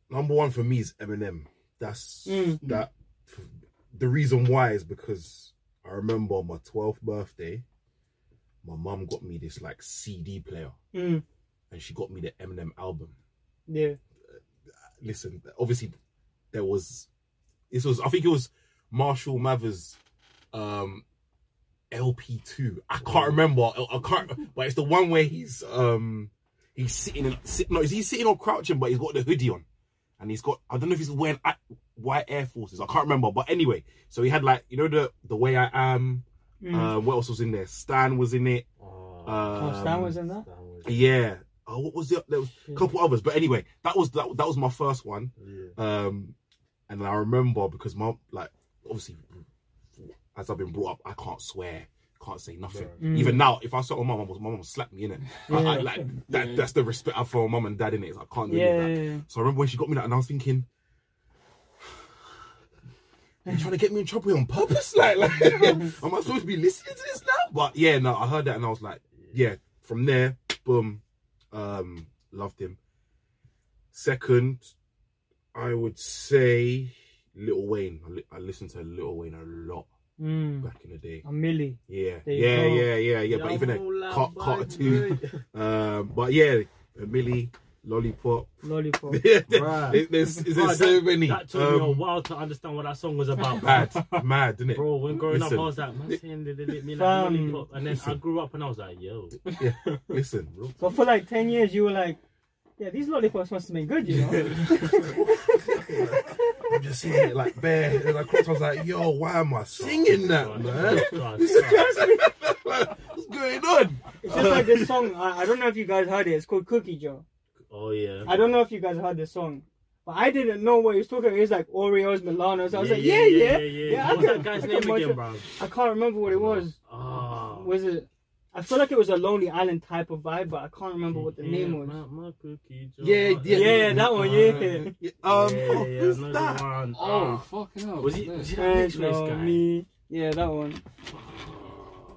number one for me is Eminem. That's
Mm.
that. The reason why is because I remember on my twelfth birthday, my mum got me this like CD player,
Mm,
and she got me the Eminem album.
yeah.
Listen, obviously, there was this was I think it was Marshall Mathers, um, LP two. I
Oh.
can't remember. I, I can't, but it's the one where he's um he's sitting and sit, no, is he sitting or crouching? But he's got the hoodie on, and he's got I don't know if he's wearing a- white Air Forces. I can't remember. But anyway, so he had like you know the the way I am.
Mm.
Uh, what else was in there? Stan was in it.
Oh,
Um,
oh, Stan was in that.
that was-
Yeah. Oh, what was the there was a
Shit.
couple others, but anyway, that was that, that was my first one.
yeah.
Um, and I remember because my like obviously as I've been brought up, I can't swear, can't say nothing.
Mm.
Even now, if I swear on my mum, my mum would slap me in it. I, like that,
Yeah.
that's the respect I have for my mum and dad in it. I can't do any of
Yeah.
that. So I remember when she got me that, and I was thinking. You're trying to get me in trouble on purpose? Like, like am I supposed to be listening to this now? But yeah, no, I heard that and I was like, yeah, from there, boom, um, loved him. Second, I would say Little Wayne. I, li- I listened to Little Wayne a lot
Mm.
back in the day.
A milli.
Yeah,
There you
yeah,
go.
yeah, yeah, yeah. But even then, Car- Carter Two. Um, but yeah, Millie, Lollipop.
Lollipop.
Yeah,
Bruh.
there- there's, is there
Bruh,
so
that-
many.
That took me a
Um,
while to understand what that song was about.
Mad, mad, isn't it?
Bro, when growing
Listen.
up, I was like, man, saying they lit me like
Fam.
lollipop. And then I grew up and I was like, yo.
Listen,
So for like ten years, you were like, "Yeah, these lollipops must have been good," you know.
I'm just seeing it like bare. And I crossed, I was like, yo, why am I singing that, man? What's going on?
It's just like this song. I, I don't know if you guys heard it. It's called Cookie Jar.
Oh, yeah.
I don't know if you guys heard this song, but I didn't know what he was talking about. He was like Oreos, Milanos. I was like, yeah, yeah, yeah. I
What's
can-
that guy's
I
name
can watch
again,
it.
bro?
I can't remember what it was.
Ah.
Was it? I feel like it was a Lonely Island type of vibe, but I can't remember what the name was.
My, my cookie jar.
Yeah, yeah.
Yeah, that one, yeah.
Yeah,
Yeah,
Um,
yeah,
oh, who's
I know the
that?
one.
oh
Ah.
fucking hell!
Was he,
yeah.
was he that
Dance
Nicholas
on
guy?
me. Yeah, that one.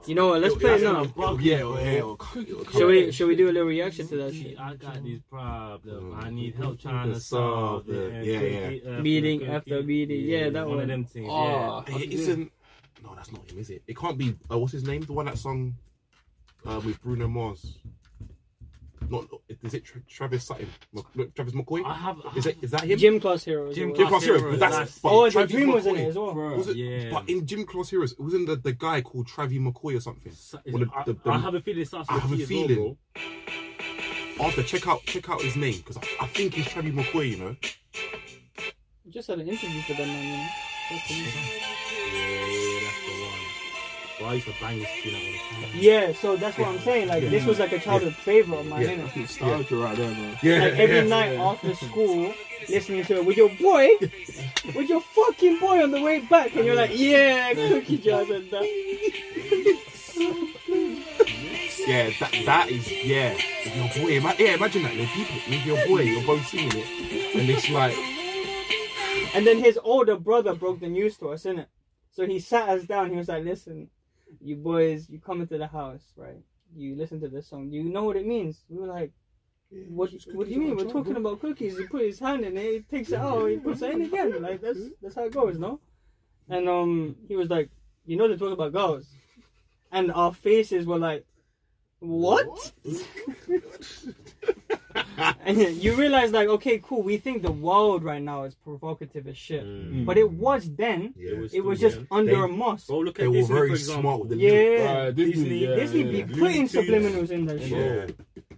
You know what? Let's
Yo,
play it
yeah,
now.
it'll- Oh, Yeah, it'll- yeah, it'll come- it'll come.
Shall we? Shall we do a little reaction to that
See,
shit?
I got these problems. I need help
To
trying to
solve
solve it.
it.
And
Yeah,
cook
yeah.
it up,
Meeting
cook
after
it.
meeting. Yeah, that
One
one.
of them things.
Ah,
Hey, It isn't. No, that's not him, is it? It can't be. Uh, what's his name? The one that sung uh, with Bruno Mars. Not is it Tra- Travis Sutton? Mc- no, Travis
yeah. I
McCoy?
have. I
Is it? Is that him?
Gym class heroes.
Gym
or whatever.
Gym Class Heroes. But that's
That's-
but
Oh, the
Travis
dream was in
McCoy.
it as well.
bro.
Was it?
Yeah.
But in Gym Class Heroes, wasn't the, the guy called Travis McCoy or something?
have-
Or the-
I-
the- the-
I have a feeling. it starts
I
with
have a
T as well,
feeling.
bro.
After check out check out his name because I, I think he's Travis McCoy. You know.
Just had an interview for them, man. you know.
Yeah, that's the one.
Well, I used to bang this tune out all the time.
Yeah, so that's what I'm saying. Like
Yeah.
this was like a childhood favorite of mine,
Yeah.
innit?
Nostalgia right there, man.
Yeah.
Like every
yeah.
night after school, listening to it with your boy, with your fucking boy on the way back, and you're like, yeah, cookie jars and that.
Yeah, that that is yeah. With your boy, ima- yeah. Imagine that. Your people, with your boy, you're both singing it, and it's like
And then his older brother broke the news to us, innit? So he sat us down. He was like, listen, you boys, you come into the house, right? You listen to this song. You know what it means. We were like, what? What do you mean? We're talking about cookies. He put his hand in it. He takes it out. He puts it in again. Like that's that's how it goes, no? And um, he was like, you know, they talk about girls, and our faces were like, what? and you realize like, okay, cool. We think the world right now is provocative as shit,
Mm.
Mm.
but it was then.
yeah.
It was just under a mask.
Bro, look
They
at
were
Disney, for
very
example.
smart with the
Yeah.
Uh, Disney,
Disney-
yeah,
Disney
yeah,
be
Looney
putting
Tunes.
subliminals in that shit.
Yeah,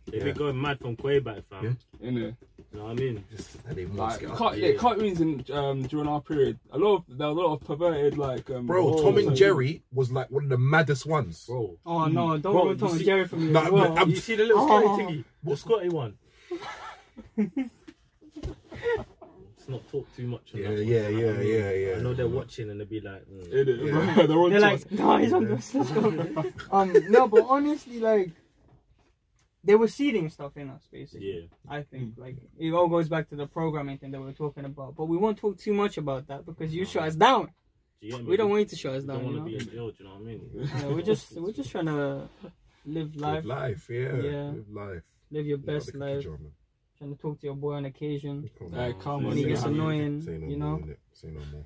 They've
Yeah.
been going mad from Quayback, fam.
Yeah.
innit?
You know what I mean?
just and they
Like
mask it up.
car- yeah, cartoons in um, during our period, a lot of there were a lot of perverted like um,
Bro,
roles
Tom and
like-
Jerry was like one of the maddest ones.
Bro.
Oh no, don't
Bro,
ruin Tom
you
and
see-
Jerry for me.
No,
as
I'm-
well.
I'm-
You see the little
Oh.
squatty thingy? What squatty one? Let's not talk too much. on
Yeah,
that one,
yeah,
you know
yeah,
what I mean?
yeah, yeah.
I know they're watching and they'll be like, mm.
Innit, bro?
Yeah.
They're on
They're
to
like, no, he's on the let's go." Um, no, but honestly, like, they were seeding stuff in us, basically.
yeah.
I think, like, it all goes back to the programming thing that we were talking about. But we won't talk too much about that because you shut us down.
Do you get me?
We don't want you to shut us
We don't
down. You
want
know?
to be in jail. Do you know what I mean?
yeah, we're just, we're just trying to live life,
Live life, yeah.
Yeah.
Live life.
live your
You know,
best
the
life.
cookie jar, man.
Trying to talk to your boy on occasion.
Come on.
Uh, come
When
on,
he
Say
gets
no
yeah.
more.
annoying,
Say no
you
more,
know.
innit? Say no more.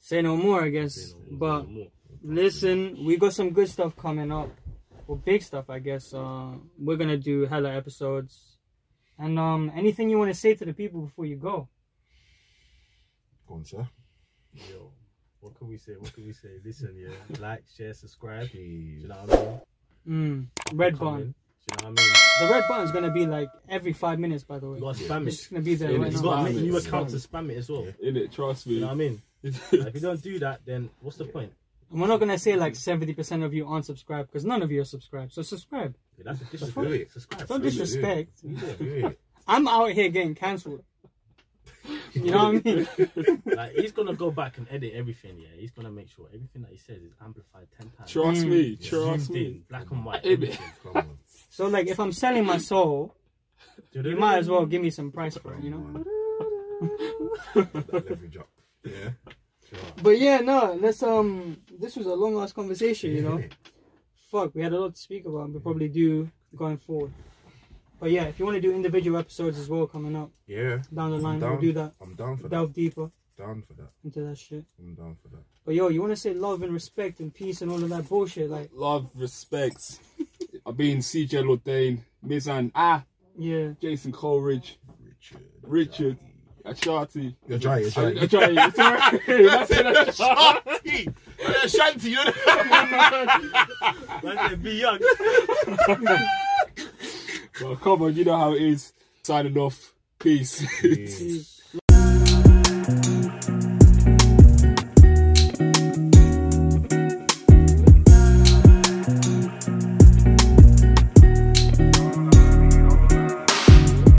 Say no more, I
Say
guess.
no more,
But
no more.
Listen, we got some good stuff coming up. Well, big stuff, I guess. Uh, we're gonna do hella episodes. And um, anything you want to say to the people before you go?
Go on, sir.
Yo, what can we say? What can we say? Listen, yeah, like, share, subscribe. Do you
Jeez.
know what I mean?
Mm, red button.
Comment. Do you know what I mean?
The red button's gonna be like every five minutes, by the way.
You gotta spam
It's
it.
gonna be there
Yeah,
right
it's
You
now.
got-
gotta
Spam
make a
it,
new
spam
account to
it.
spam it as well.
Innit, trust
You know what I
me.
mean? Like, if you don't do that, then what's the point?
And we're not gonna say like seventy percent of you unsubscribe because none of you are subscribed. So subscribe.
Yeah, that's a
Do it.
disrespect. Subscribe.
Don't disrespect.
Yeah.
I'm out here getting cancelled. You know what I mean?
Like he's gonna go back and edit everything. Yeah, he's gonna make sure everything that he says is amplified ten times.
Trust
Mm.
me,
Yeah.
trust
Zoomed
me.
in, black and white.
Edit.
everything.
Come on.
So like, if I'm selling my soul, you might as well give me some price for it.
Come
You know.
on. Put that leverage up. Yeah.
But yeah, no, let's um this was a long ass conversation, you know. Fuck, we had a lot to speak about and we probably do going forward. But yeah, if you want to do individual episodes as well coming up
Yeah.
down the line, we'll
down.
do that.
I'm down for that.
Delve deeper
Down for that.
into that shit.
I'm down for that.
But yo, you wanna say love and respect and peace and all of that bullshit, like
Love, respect. I've been CJ Lordain, Mizan, Ah,
yeah.
Jason Coleridge,
Richard.
Richard, Achati.
Ajay, Ajay.
Ajay, sorry. That's it, Ajay.
Shanty! Shanty, you know?
Like, yeah, be young.
Well, come on, you know how it is. Signing off. Peace.
Peace.